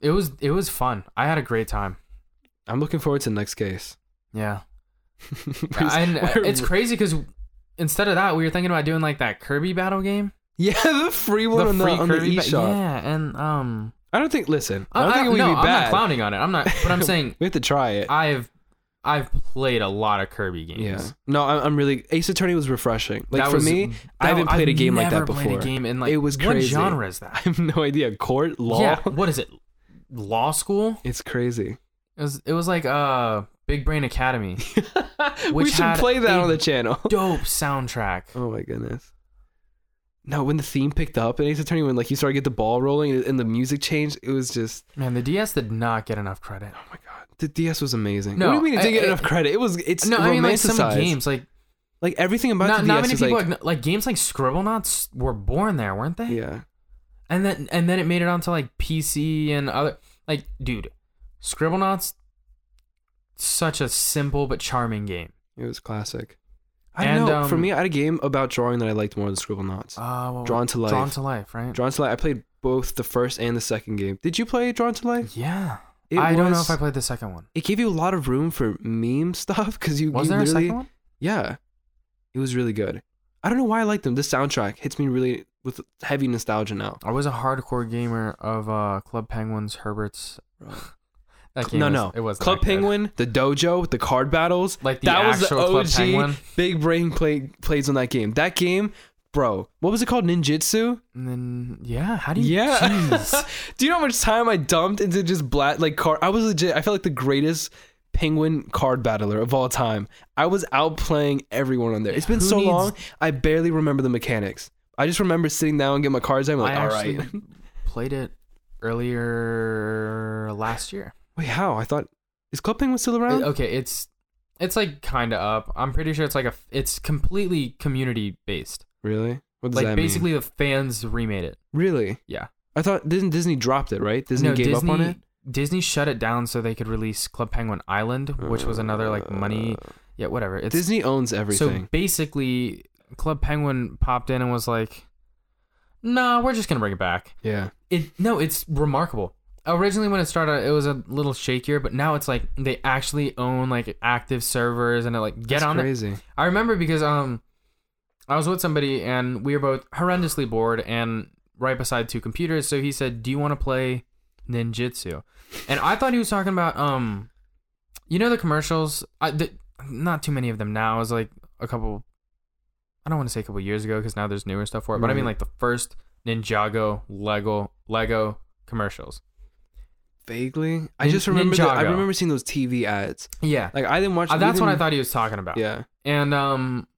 Speaker 1: it was it was fun. I had a great time.
Speaker 2: I'm looking forward to the next case.
Speaker 1: Yeah,
Speaker 2: We're-
Speaker 1: and uh,
Speaker 2: we're-
Speaker 1: it's crazy because instead of that, we were thinking about doing like that Kirby battle game,
Speaker 2: yeah, the free one
Speaker 1: the
Speaker 2: on the, on the
Speaker 1: ba-
Speaker 2: eShop.
Speaker 1: yeah, and um,
Speaker 2: I don't think. Listen, I
Speaker 1: I,
Speaker 2: don't
Speaker 1: I
Speaker 2: think it would
Speaker 1: no,
Speaker 2: be
Speaker 1: I'm
Speaker 2: bad.
Speaker 1: not clowning on it. I'm not, but I'm saying
Speaker 2: we have to try it.
Speaker 1: I've I've played a lot of Kirby games.
Speaker 2: yeah. No, I'm, I'm really. Ace Attorney was refreshing. Like
Speaker 1: That
Speaker 2: for
Speaker 1: was-
Speaker 2: me,
Speaker 1: that-
Speaker 2: I haven't played a
Speaker 1: I've
Speaker 2: game like
Speaker 1: never
Speaker 2: that before.
Speaker 1: Played a game in like
Speaker 2: It was
Speaker 1: What
Speaker 2: crazy.
Speaker 1: genre is that?
Speaker 2: I have no idea. Court law.
Speaker 1: Yeah, what is it? Law school?
Speaker 2: It's crazy.
Speaker 1: It was it was like uh Big Brain Academy.
Speaker 2: we
Speaker 1: Which
Speaker 2: should
Speaker 1: had
Speaker 2: play that
Speaker 1: a
Speaker 2: on the channel.
Speaker 1: Dope soundtrack.
Speaker 2: Oh my goodness. No, when the theme picked up in Ace Attorney, when like you started to get the ball rolling and the music changed, it was just
Speaker 1: Man, the DS did not get enough credit.
Speaker 2: oh my god. The DS was amazing.
Speaker 1: No,
Speaker 2: what do you mean it didn't
Speaker 1: I-
Speaker 2: get
Speaker 1: I-
Speaker 2: enough credit? It was it's
Speaker 1: No,
Speaker 2: romanticized.
Speaker 1: I mean like some games like
Speaker 2: Like everything about
Speaker 1: not,
Speaker 2: the
Speaker 1: not
Speaker 2: DS
Speaker 1: many
Speaker 2: is
Speaker 1: people
Speaker 2: like,
Speaker 1: like, like games like Scribblenauts were born there, weren't they?
Speaker 2: yeah.
Speaker 1: And then and then it made it onto like PC and other like dude, Scribblenauts such a simple but charming game.
Speaker 2: It was classic. I don't
Speaker 1: And,
Speaker 2: know. for
Speaker 1: um,
Speaker 2: me, I had a game about drawing that I liked more than Scribble Knots.
Speaker 1: Uh, what was-
Speaker 2: Drawn to Life.
Speaker 1: Drawn to Life, right?
Speaker 2: Drawn to Life. I played both the first and the second game. Did you play Drawn to Life?
Speaker 1: yeah.
Speaker 2: It
Speaker 1: I don't know
Speaker 2: was-
Speaker 1: if I played the second one.
Speaker 2: It gave you a lot of room for meme stuff because you
Speaker 1: Was
Speaker 2: you
Speaker 1: there a
Speaker 2: literally,
Speaker 1: second one?
Speaker 2: Yeah. It was really good. I don't know why I like them. This soundtrack hits me really with heavy nostalgia now.
Speaker 1: I was a hardcore gamer of uh, Club Penguins, Herbert's. That game
Speaker 2: No,
Speaker 1: was-
Speaker 2: no.
Speaker 1: it was
Speaker 2: Club Penguin, the dojo, with the card battles.
Speaker 1: Like the
Speaker 2: that was the
Speaker 1: actual Club
Speaker 2: OG
Speaker 1: Penguin?
Speaker 2: big brain play, plays on that game. That game, bro, what was it called? Ninjitsu?
Speaker 1: And then yeah, how do you?
Speaker 2: Yeah.
Speaker 1: Jeez.
Speaker 2: Do you know how much time I dumped into just black like card? I was legit. I felt like the greatest penguin card battler of all time. I was outplaying everyone on there. It's been
Speaker 1: Who
Speaker 2: so
Speaker 1: needs-
Speaker 2: long. I barely remember the mechanics. I just remember sitting down and getting my cards. I'm like,
Speaker 1: I
Speaker 2: all
Speaker 1: actually-
Speaker 2: right.
Speaker 1: Played it earlier last year.
Speaker 2: Wait, how? I thought is Club Penguin still around?
Speaker 1: It- okay, it's it's like kind of up. I'm pretty sure it's like a f- it's completely community based.
Speaker 2: really? What does
Speaker 1: Like
Speaker 2: that mean?
Speaker 1: basically the fans remade it.
Speaker 2: Really?
Speaker 1: Yeah.
Speaker 2: I thought didn't Disney dropped it right? Disney
Speaker 1: No,
Speaker 2: gave
Speaker 1: Disney,
Speaker 2: up on it.
Speaker 1: Disney shut it down so they could release Club Penguin Island, which was another like money. Yeah, whatever. It's
Speaker 2: Uh, Disney owns
Speaker 1: So
Speaker 2: everything.
Speaker 1: basically, Club Penguin popped in and was like, "Nah, we're just gonna bring it back."
Speaker 2: yeah.
Speaker 1: It no, it's remarkable. Originally, when it started, it was a little shakier, but now it's like they actually own like active servers and it like get
Speaker 2: That's
Speaker 1: on it.
Speaker 2: crazy.
Speaker 1: I remember because um, I was with somebody and we were both horrendously bored and right beside two computers. So he said, "Do you want to play Ninjitsu?" And I thought he was talking about um, you know the commercials. I the, not too many of them now. It was like a couple. I don't want to say a couple years ago because now there's newer stuff for it. But I mean
Speaker 2: Right.
Speaker 1: like the first Ninjago Lego Lego commercials.
Speaker 2: Vaguely, I
Speaker 1: Nin-
Speaker 2: just remember. that- I
Speaker 1: Ninjago.
Speaker 2: remember seeing those TV ads.
Speaker 1: Yeah,
Speaker 2: Like I didn't watch.
Speaker 1: Uh,
Speaker 2: we
Speaker 1: that's what I
Speaker 2: didn't-
Speaker 1: thought he was talking about.
Speaker 2: Yeah.
Speaker 1: And um,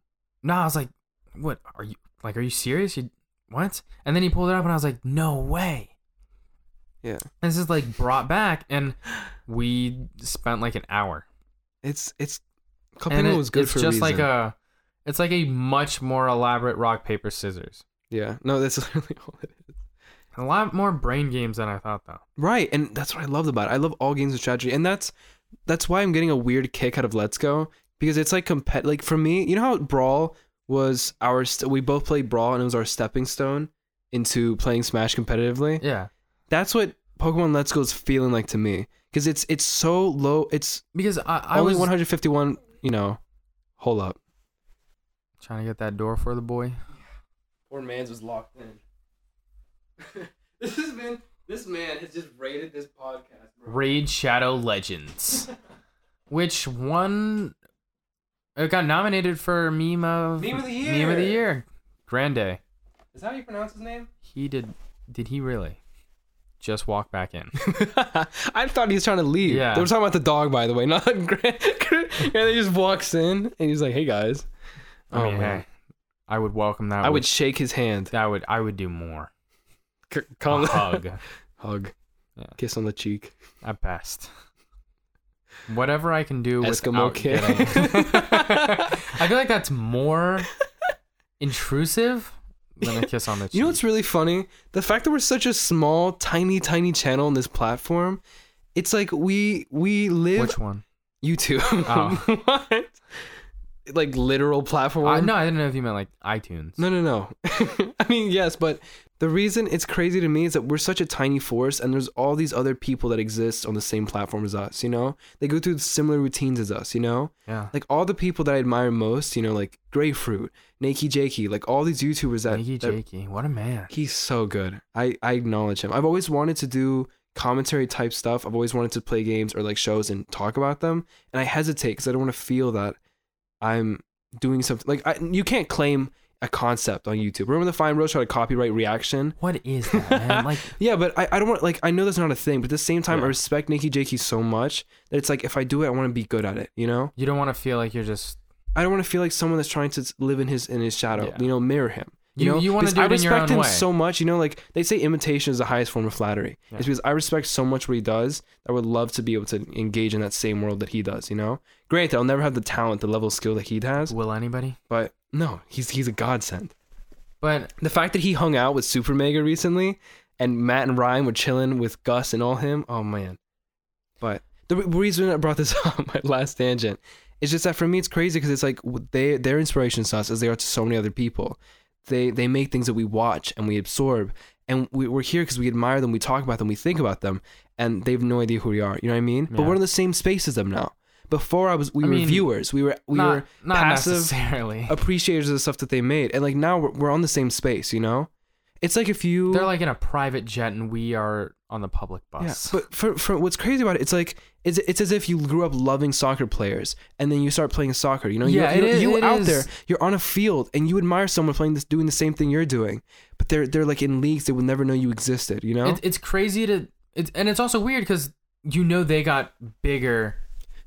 Speaker 1: no, I was like, "What are you like? Are you serious? You what?" And then he pulled it up, and I was like, "No way!"
Speaker 2: Yeah.
Speaker 1: And this is like brought back, and we spent like an hour.
Speaker 2: It's it's Club
Speaker 1: and
Speaker 2: Penguin
Speaker 1: it-
Speaker 2: was good
Speaker 1: it's
Speaker 2: for
Speaker 1: just
Speaker 2: a
Speaker 1: like
Speaker 2: reason.
Speaker 1: a, it's like a much more elaborate rock paper scissors.
Speaker 2: yeah. No, that's literally all it is.
Speaker 1: A lot more brain games than I thought, though.
Speaker 2: Right, and that's what I loved about it. I love all games of strategy, and that's that's why I'm getting a weird kick out of Let's Go because it's like compet like for me you know how brawl was our st- we both played brawl and it was our stepping stone into playing smash competitively
Speaker 1: Yeah.
Speaker 2: that's what pokemon let's go is feeling like to me because it's it's so low it's
Speaker 1: Because I, I
Speaker 2: only
Speaker 1: was
Speaker 2: 151 you know hold up
Speaker 1: trying to get that door for the boy.
Speaker 2: poor man's was locked in this has been this man has just raided this podcast
Speaker 1: Raid Shadow Legends, which won. It got nominated for meme of
Speaker 2: Meme of the
Speaker 1: Meme of the
Speaker 2: Year.
Speaker 1: year. Grande.
Speaker 2: is that how you pronounce his name
Speaker 1: He did. Did he really? Just walk back in.
Speaker 2: I thought he was trying to leave.
Speaker 1: Yeah.
Speaker 2: They were talking about the dog, by the way, not Grant. and he just walks in and he's like, hey, guys.
Speaker 1: I mean,
Speaker 2: Oh, man.
Speaker 1: hey, I would welcome that.
Speaker 2: I would
Speaker 1: with-
Speaker 2: shake his hand.
Speaker 1: I would. I would do more.
Speaker 2: C-
Speaker 1: A
Speaker 2: call-
Speaker 1: hug
Speaker 2: Hug.
Speaker 1: Yeah.
Speaker 2: Kiss on the cheek.
Speaker 1: at best. Whatever I can do
Speaker 2: Eskimo
Speaker 1: without
Speaker 2: kiss.
Speaker 1: getting- I feel like that's more intrusive than a kiss on the cheek.
Speaker 2: you know what's really funny? The fact that we're such a small, tiny, tiny channel on this platform, it's like we we live
Speaker 1: Which one?
Speaker 2: YouTube.
Speaker 1: Oh.
Speaker 2: what? Like literal platform.
Speaker 1: I, no, I didn't know if you meant like iTunes.
Speaker 2: No, no, no. I mean, yes, but the reason it's crazy to me is that we're such a tiny force and there's all these other people that exist on the same platform as us, you know? They go through similar routines as us, you know?
Speaker 1: Yeah.
Speaker 2: Like all the people that I admire most, you know, like Grapefruit, Nakey Jakey, like all these YouTubers that,
Speaker 1: Nikki
Speaker 2: that-
Speaker 1: Jakey, what a man.
Speaker 2: he's so good. I, I acknowledge him. I've always wanted to do commentary type stuff. I've always wanted to play games or like shows and talk about them. And I hesitate because I don't want to feel that I'm doing something like I, you can't claim a concept on YouTube. Remember the Fine Road tried to copyright reaction?
Speaker 1: What is that, man? Like,
Speaker 2: Yeah, but I, I don't want like I know that's not a thing, but at the same time I
Speaker 1: Yeah.
Speaker 2: respect Nikki Jakey so much that it's like if I do it I want to be good at it, you know?
Speaker 1: you don't want to feel like you're just.
Speaker 2: I don't want to feel like someone that's trying to live in his in his shadow.
Speaker 1: Yeah.
Speaker 2: You know, mirror him. You,
Speaker 1: You-
Speaker 2: know,
Speaker 1: you wanna
Speaker 2: Because
Speaker 1: do
Speaker 2: I
Speaker 1: it in your
Speaker 2: respect
Speaker 1: own
Speaker 2: him
Speaker 1: way.
Speaker 2: so much. You know, like they say, imitation is the highest form of flattery.
Speaker 1: Yeah.
Speaker 2: It's because I respect so much what he does. I would love to be able to engage in that same world that he does. You know, granted, I'll never have the talent, the level of skill that he has,
Speaker 1: Will anybody?
Speaker 2: but no, he's he's a godsend.
Speaker 1: But
Speaker 2: The fact that he hung out with Super Mega recently, and Matt and Ryan were chilling with Gus and all him. Oh man! But the re- reason I brought this up, my last tangent, is just that for me it's crazy because it's like w- they their inspiration to us as they are to so many other people. They they make things that we watch and we absorb, and we, we're here because we admire them, we talk about them, we think about them, and they have no idea who we are. You know what I mean? But
Speaker 1: Yeah.
Speaker 2: we're in the same space as them now. Before I was, we
Speaker 1: I
Speaker 2: were
Speaker 1: mean,
Speaker 2: viewers. We were we
Speaker 1: not,
Speaker 2: were
Speaker 1: not
Speaker 2: passive
Speaker 1: necessarily.
Speaker 2: appreciators of the stuff that they made. And like now we're, we're on the same space, you know? It's like if you.
Speaker 1: They're like in a private jet and we are on the public
Speaker 2: yeah,
Speaker 1: bus.
Speaker 2: but for, for what's crazy about it, it's like it's, it's as if you grew up loving soccer players and then you start playing soccer. You know,
Speaker 1: Yeah, it
Speaker 2: you,
Speaker 1: is-
Speaker 2: you, you
Speaker 1: it
Speaker 2: out
Speaker 1: is.
Speaker 2: there, you're on a field and you admire someone playing this, doing the same thing you're doing, but they're they're like in leagues they would never know you existed. You know,
Speaker 1: It, it's crazy to. It's, and it's also weird because you know they got bigger.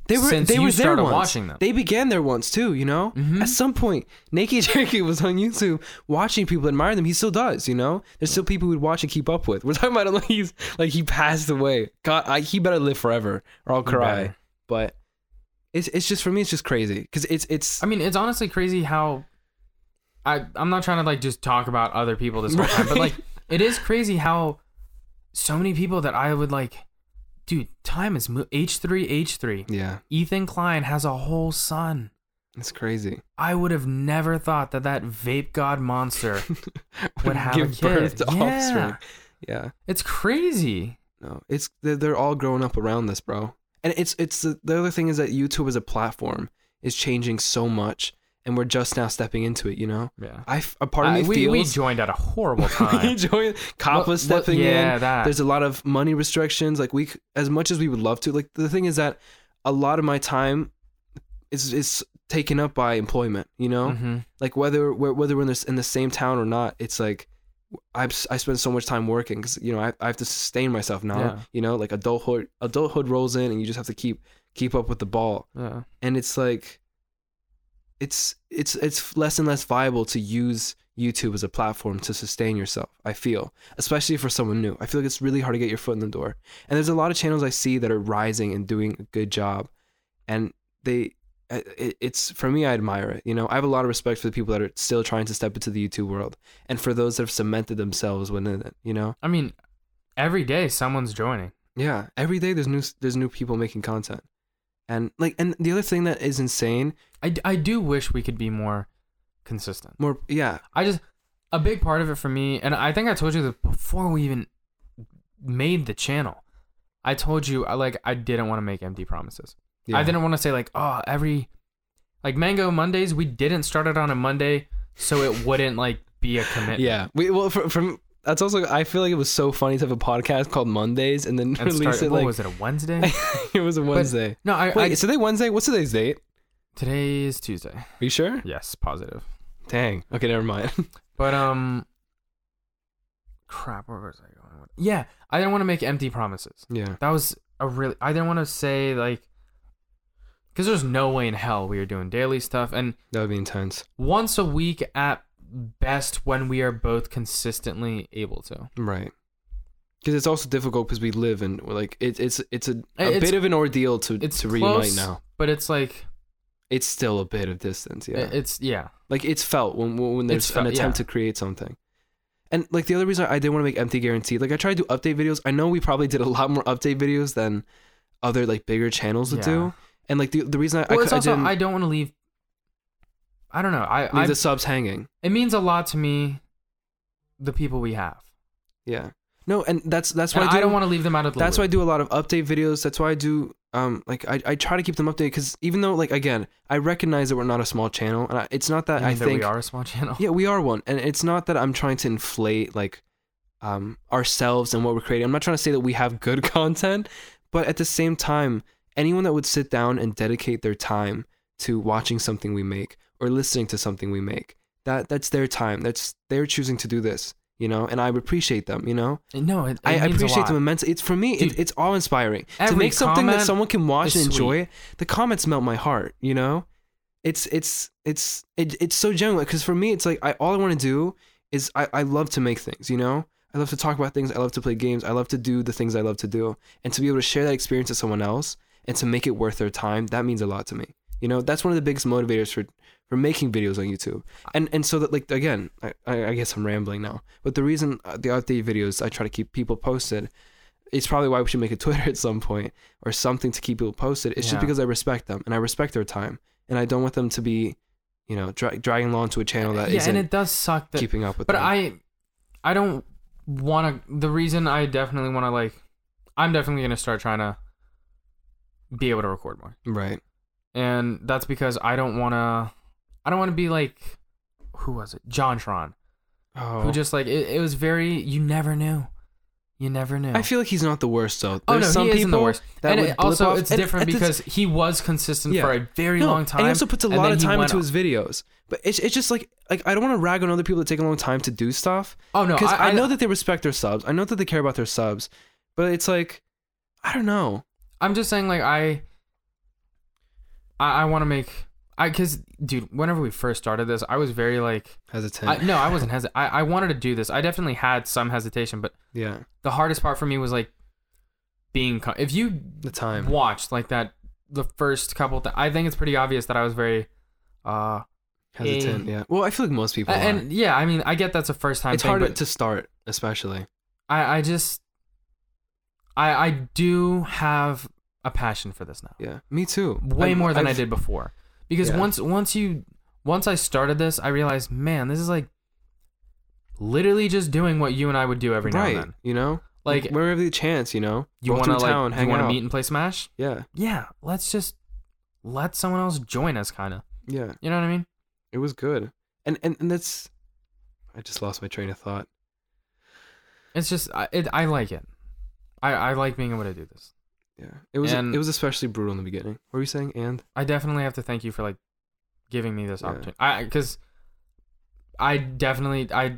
Speaker 2: they were
Speaker 1: since
Speaker 2: they
Speaker 1: you
Speaker 2: were there
Speaker 1: started
Speaker 2: once.
Speaker 1: watching them.
Speaker 2: They began there once too. You know,
Speaker 1: Mhm.
Speaker 2: at some point, Naked Jerky was on YouTube watching people admire them. He still does. You know, there's still people who'd watch and keep up with. We're talking about him like he's like he passed away. God, I, he better live forever or I'll cry.
Speaker 1: better.
Speaker 2: But it's it's just for me, it's just crazy because it's it's
Speaker 1: I mean, it's honestly crazy how. I I'm not trying to like just talk about other people this whole time, but like it is crazy how so many people that I would like. Dude, time is mo- H3 H3.
Speaker 2: yeah,
Speaker 1: Ethan Klein has a whole son.
Speaker 2: it's crazy.
Speaker 1: I would have never thought that that vape god monster would have a
Speaker 2: Give
Speaker 1: kid.
Speaker 2: birth to
Speaker 1: yeah.
Speaker 2: offspring. Yeah.
Speaker 1: It's crazy.
Speaker 2: No, it's they're, they're all growing up around this, bro. And it's it's the, the other thing is that YouTube as a platform is changing so much, and we're just now stepping into it. You know,
Speaker 1: Yeah.
Speaker 2: I f- a part of me
Speaker 1: we, we
Speaker 2: feels
Speaker 1: joined at a horrible
Speaker 2: we
Speaker 1: time.
Speaker 2: joined cop
Speaker 1: What-
Speaker 2: was
Speaker 1: what-
Speaker 2: stepping
Speaker 1: yeah,
Speaker 2: in.
Speaker 1: that.
Speaker 2: There's a lot of money restrictions. Like we, c- as much as we would love to, like the thing is that a lot of my time is is taken up by employment. You know,
Speaker 1: Mhm.
Speaker 2: like whether whe- whether we're in, this, in the same town or not it's like I've, s- I spend so much time working because you know I, I have to sustain myself now
Speaker 1: Yeah.
Speaker 2: you know like adulthood adulthood rolls in and you just have to keep keep up with the ball
Speaker 1: Yeah.
Speaker 2: and it's like it's it's it's less and less viable to use YouTube as a platform to sustain yourself. I feel, especially for someone new. I feel like it's really hard to get your foot in the door. And there's a lot of channels I see that are rising and doing a good job, and they uh, I- it, it's for me I admire it. You know, I have a lot of respect for the people that are still trying to step into the YouTube world, and for those that have cemented themselves within it. You know,
Speaker 1: I mean, every day someone's joining.
Speaker 2: yeah. Every day there's new there's new people making content, And like, and the other thing that is insane,
Speaker 1: I, d- I do wish we could be more consistent.
Speaker 2: more yeah,
Speaker 1: I just a big part of it for me, and I think I told you this before we even made the channel. I told you I like I didn't want to make empty promises.
Speaker 2: yeah.
Speaker 1: I didn't want to say like, oh, every like Mango Mondays we didn't start it on a Monday, so it wouldn't like be a commitment.
Speaker 2: Yeah, we well fr- from that's also I feel like it was so funny to have a podcast called Mondays and then
Speaker 1: and
Speaker 2: release
Speaker 1: start,
Speaker 2: it
Speaker 1: what
Speaker 2: like
Speaker 1: was it a Wednesday?
Speaker 2: it was a Wednesday.
Speaker 1: no, I,
Speaker 2: Wait,
Speaker 1: I
Speaker 2: is today Wednesday? What's today's date?
Speaker 1: today is Tuesday.
Speaker 2: Are you sure?
Speaker 1: Yes, positive.
Speaker 2: Dang. Okay, never mind.
Speaker 1: But um, crap. Where was I going? with- Yeah, I didn't want to make empty promises.
Speaker 2: yeah.
Speaker 1: That was a really. I didn't want to say like, because there's no way in hell we are doing daily stuff, and
Speaker 2: That would be intense.
Speaker 1: once a week at best when we are both consistently able to.
Speaker 2: Right. Because it's also difficult because we live in like it, it's it's a, a
Speaker 1: It's-
Speaker 2: bit of an ordeal to
Speaker 1: It's
Speaker 2: to reunite
Speaker 1: close,
Speaker 2: now.
Speaker 1: but it's like
Speaker 2: It's still a bit of distance. Yeah.
Speaker 1: it's yeah.
Speaker 2: like it's felt when when when there's
Speaker 1: It's felt,
Speaker 2: an attempt
Speaker 1: yeah.
Speaker 2: to create something. And like the other reason I didn't want to make empty guaranteed, like I tried to do update videos. I know we probably did a lot more update videos than other like bigger channels would
Speaker 1: Yeah.
Speaker 2: do. And like the, the reason I, I
Speaker 1: Well,
Speaker 2: cou-
Speaker 1: it's
Speaker 2: I,
Speaker 1: also
Speaker 2: didn't
Speaker 1: I don't want to leave. I don't know. I,
Speaker 2: leave
Speaker 1: I
Speaker 2: the subs hanging.
Speaker 1: it means a lot to me. The people we have.
Speaker 2: Yeah. No, and that's that's why
Speaker 1: And
Speaker 2: I do,
Speaker 1: I don't want to leave them out of the
Speaker 2: That's why I
Speaker 1: loop.
Speaker 2: do a lot of update videos. That's why I do um like I, I try to keep them updated because even though like again I recognize that we're not a small channel and I, it's not that
Speaker 1: You
Speaker 2: I
Speaker 1: mean that
Speaker 2: think
Speaker 1: we are a small channel.
Speaker 2: Yeah, we are one, and it's not that I'm trying to inflate like um, ourselves and what we're creating. I'm not trying to say that we have good content, but at the same time, anyone that would sit down and dedicate their time to watching something we make or listening to something we make, that that's their time. That's they're choosing to do this, you know. And I appreciate them, you know.
Speaker 1: No, it, it
Speaker 2: I, I
Speaker 1: means a
Speaker 2: appreciate
Speaker 1: lot.
Speaker 2: them immensely. It's for me, it,
Speaker 1: Dude,
Speaker 2: it's awe inspiring to
Speaker 1: every
Speaker 2: make something that
Speaker 1: comment
Speaker 2: someone can watch
Speaker 1: is
Speaker 2: and enjoy. The comments melt my heart. You know, it's it's it's it, it's so genuine. Because for me, it's like I all I want to do is I I love to make things. You know, I love to talk about things. I love to play games. I love to do the things I love to do, and to be able to share that experience with someone else and to make it worth their time. That means a lot to me. You know, that's one of the biggest motivators for for making videos on YouTube. And and so that like again, I, I I guess I'm rambling now. But the reason uh, the update videos I try to keep people posted, it's probably why we should make a Twitter at some point or something to keep people posted. It's
Speaker 1: Yeah.
Speaker 2: just because I respect them and I respect their time and I don't want them to be, you know, dra- dragging along to a channel that
Speaker 1: yeah,
Speaker 2: not
Speaker 1: and it does suck that
Speaker 2: keeping up with.
Speaker 1: But
Speaker 2: them.
Speaker 1: I, I don't want to. The reason I definitely want to like, I'm definitely gonna start trying to be able to record more,
Speaker 2: right
Speaker 1: and that's because I don't want to. I don't want to be like, who was it? Jontron,
Speaker 2: oh
Speaker 1: who just like it, it was very. You never knew, you never knew.
Speaker 2: I feel like he's not the worst though.
Speaker 1: Oh
Speaker 2: There's
Speaker 1: no,
Speaker 2: some
Speaker 1: he
Speaker 2: people
Speaker 1: isn't the worst.
Speaker 2: that
Speaker 1: And
Speaker 2: would
Speaker 1: it-
Speaker 2: blip
Speaker 1: also,
Speaker 2: off-
Speaker 1: it's
Speaker 2: and-
Speaker 1: different
Speaker 2: and it's-
Speaker 1: because he was consistent
Speaker 2: Yeah.
Speaker 1: for a very long time.
Speaker 2: And he also puts a
Speaker 1: and
Speaker 2: lot
Speaker 1: then
Speaker 2: of
Speaker 1: he
Speaker 2: time
Speaker 1: went
Speaker 2: into his videos. But it's, it's just like like I don't want to rag on other people that take a long time to do stuff.
Speaker 1: Oh no,
Speaker 2: Because
Speaker 1: I,
Speaker 2: I, know that they respect their subs. I know that they care about their subs. But it's like I don't know.
Speaker 1: I'm just saying, like I, I, I want to make I because dude, whenever we first started this, I was very like,
Speaker 2: Hesitant.
Speaker 1: I, no, I wasn't hesitant. I, I wanted to do this. I definitely had some hesitation, but
Speaker 2: yeah.
Speaker 1: the hardest part for me was like being. Co- if you
Speaker 2: The time.
Speaker 1: watched like that, the first couple, th- I think it's pretty obvious that I was very, uh,
Speaker 2: Hesitant.
Speaker 1: Eh.
Speaker 2: yeah. Well, I feel like most people are.
Speaker 1: and yeah, I mean, I get that's a first time.
Speaker 2: It's
Speaker 1: thing,
Speaker 2: hard
Speaker 1: but
Speaker 2: to start, especially.
Speaker 1: I, I just, I, I do have a passion for this now.
Speaker 2: Yeah. Me too.
Speaker 1: way
Speaker 2: I'm-
Speaker 1: more than i
Speaker 2: I've-
Speaker 1: did before because
Speaker 2: Yeah.
Speaker 1: once once you once I started this, I realized, man, this is like literally just doing what you and I would do every
Speaker 2: Right.
Speaker 1: now and then.
Speaker 2: You know?
Speaker 1: Like
Speaker 2: whenever you have the chance, you know?
Speaker 1: you
Speaker 2: Roll
Speaker 1: want to
Speaker 2: through
Speaker 1: like
Speaker 2: town,
Speaker 1: you
Speaker 2: hang
Speaker 1: want to
Speaker 2: out.
Speaker 1: meet and play Smash?
Speaker 2: Yeah.
Speaker 1: Yeah, let's just let someone else join us kind of.
Speaker 2: Yeah.
Speaker 1: You know what I mean?
Speaker 2: It was good. And, and and that's I just lost my train of thought.
Speaker 1: It's just I it, I like it. I I like being able to do this.
Speaker 2: Yeah. It was
Speaker 1: And-
Speaker 2: it was especially brutal in the beginning. What were you saying? And
Speaker 1: I definitely have to thank you for like giving me this
Speaker 2: Yeah.
Speaker 1: opportunity. I cuz I definitely I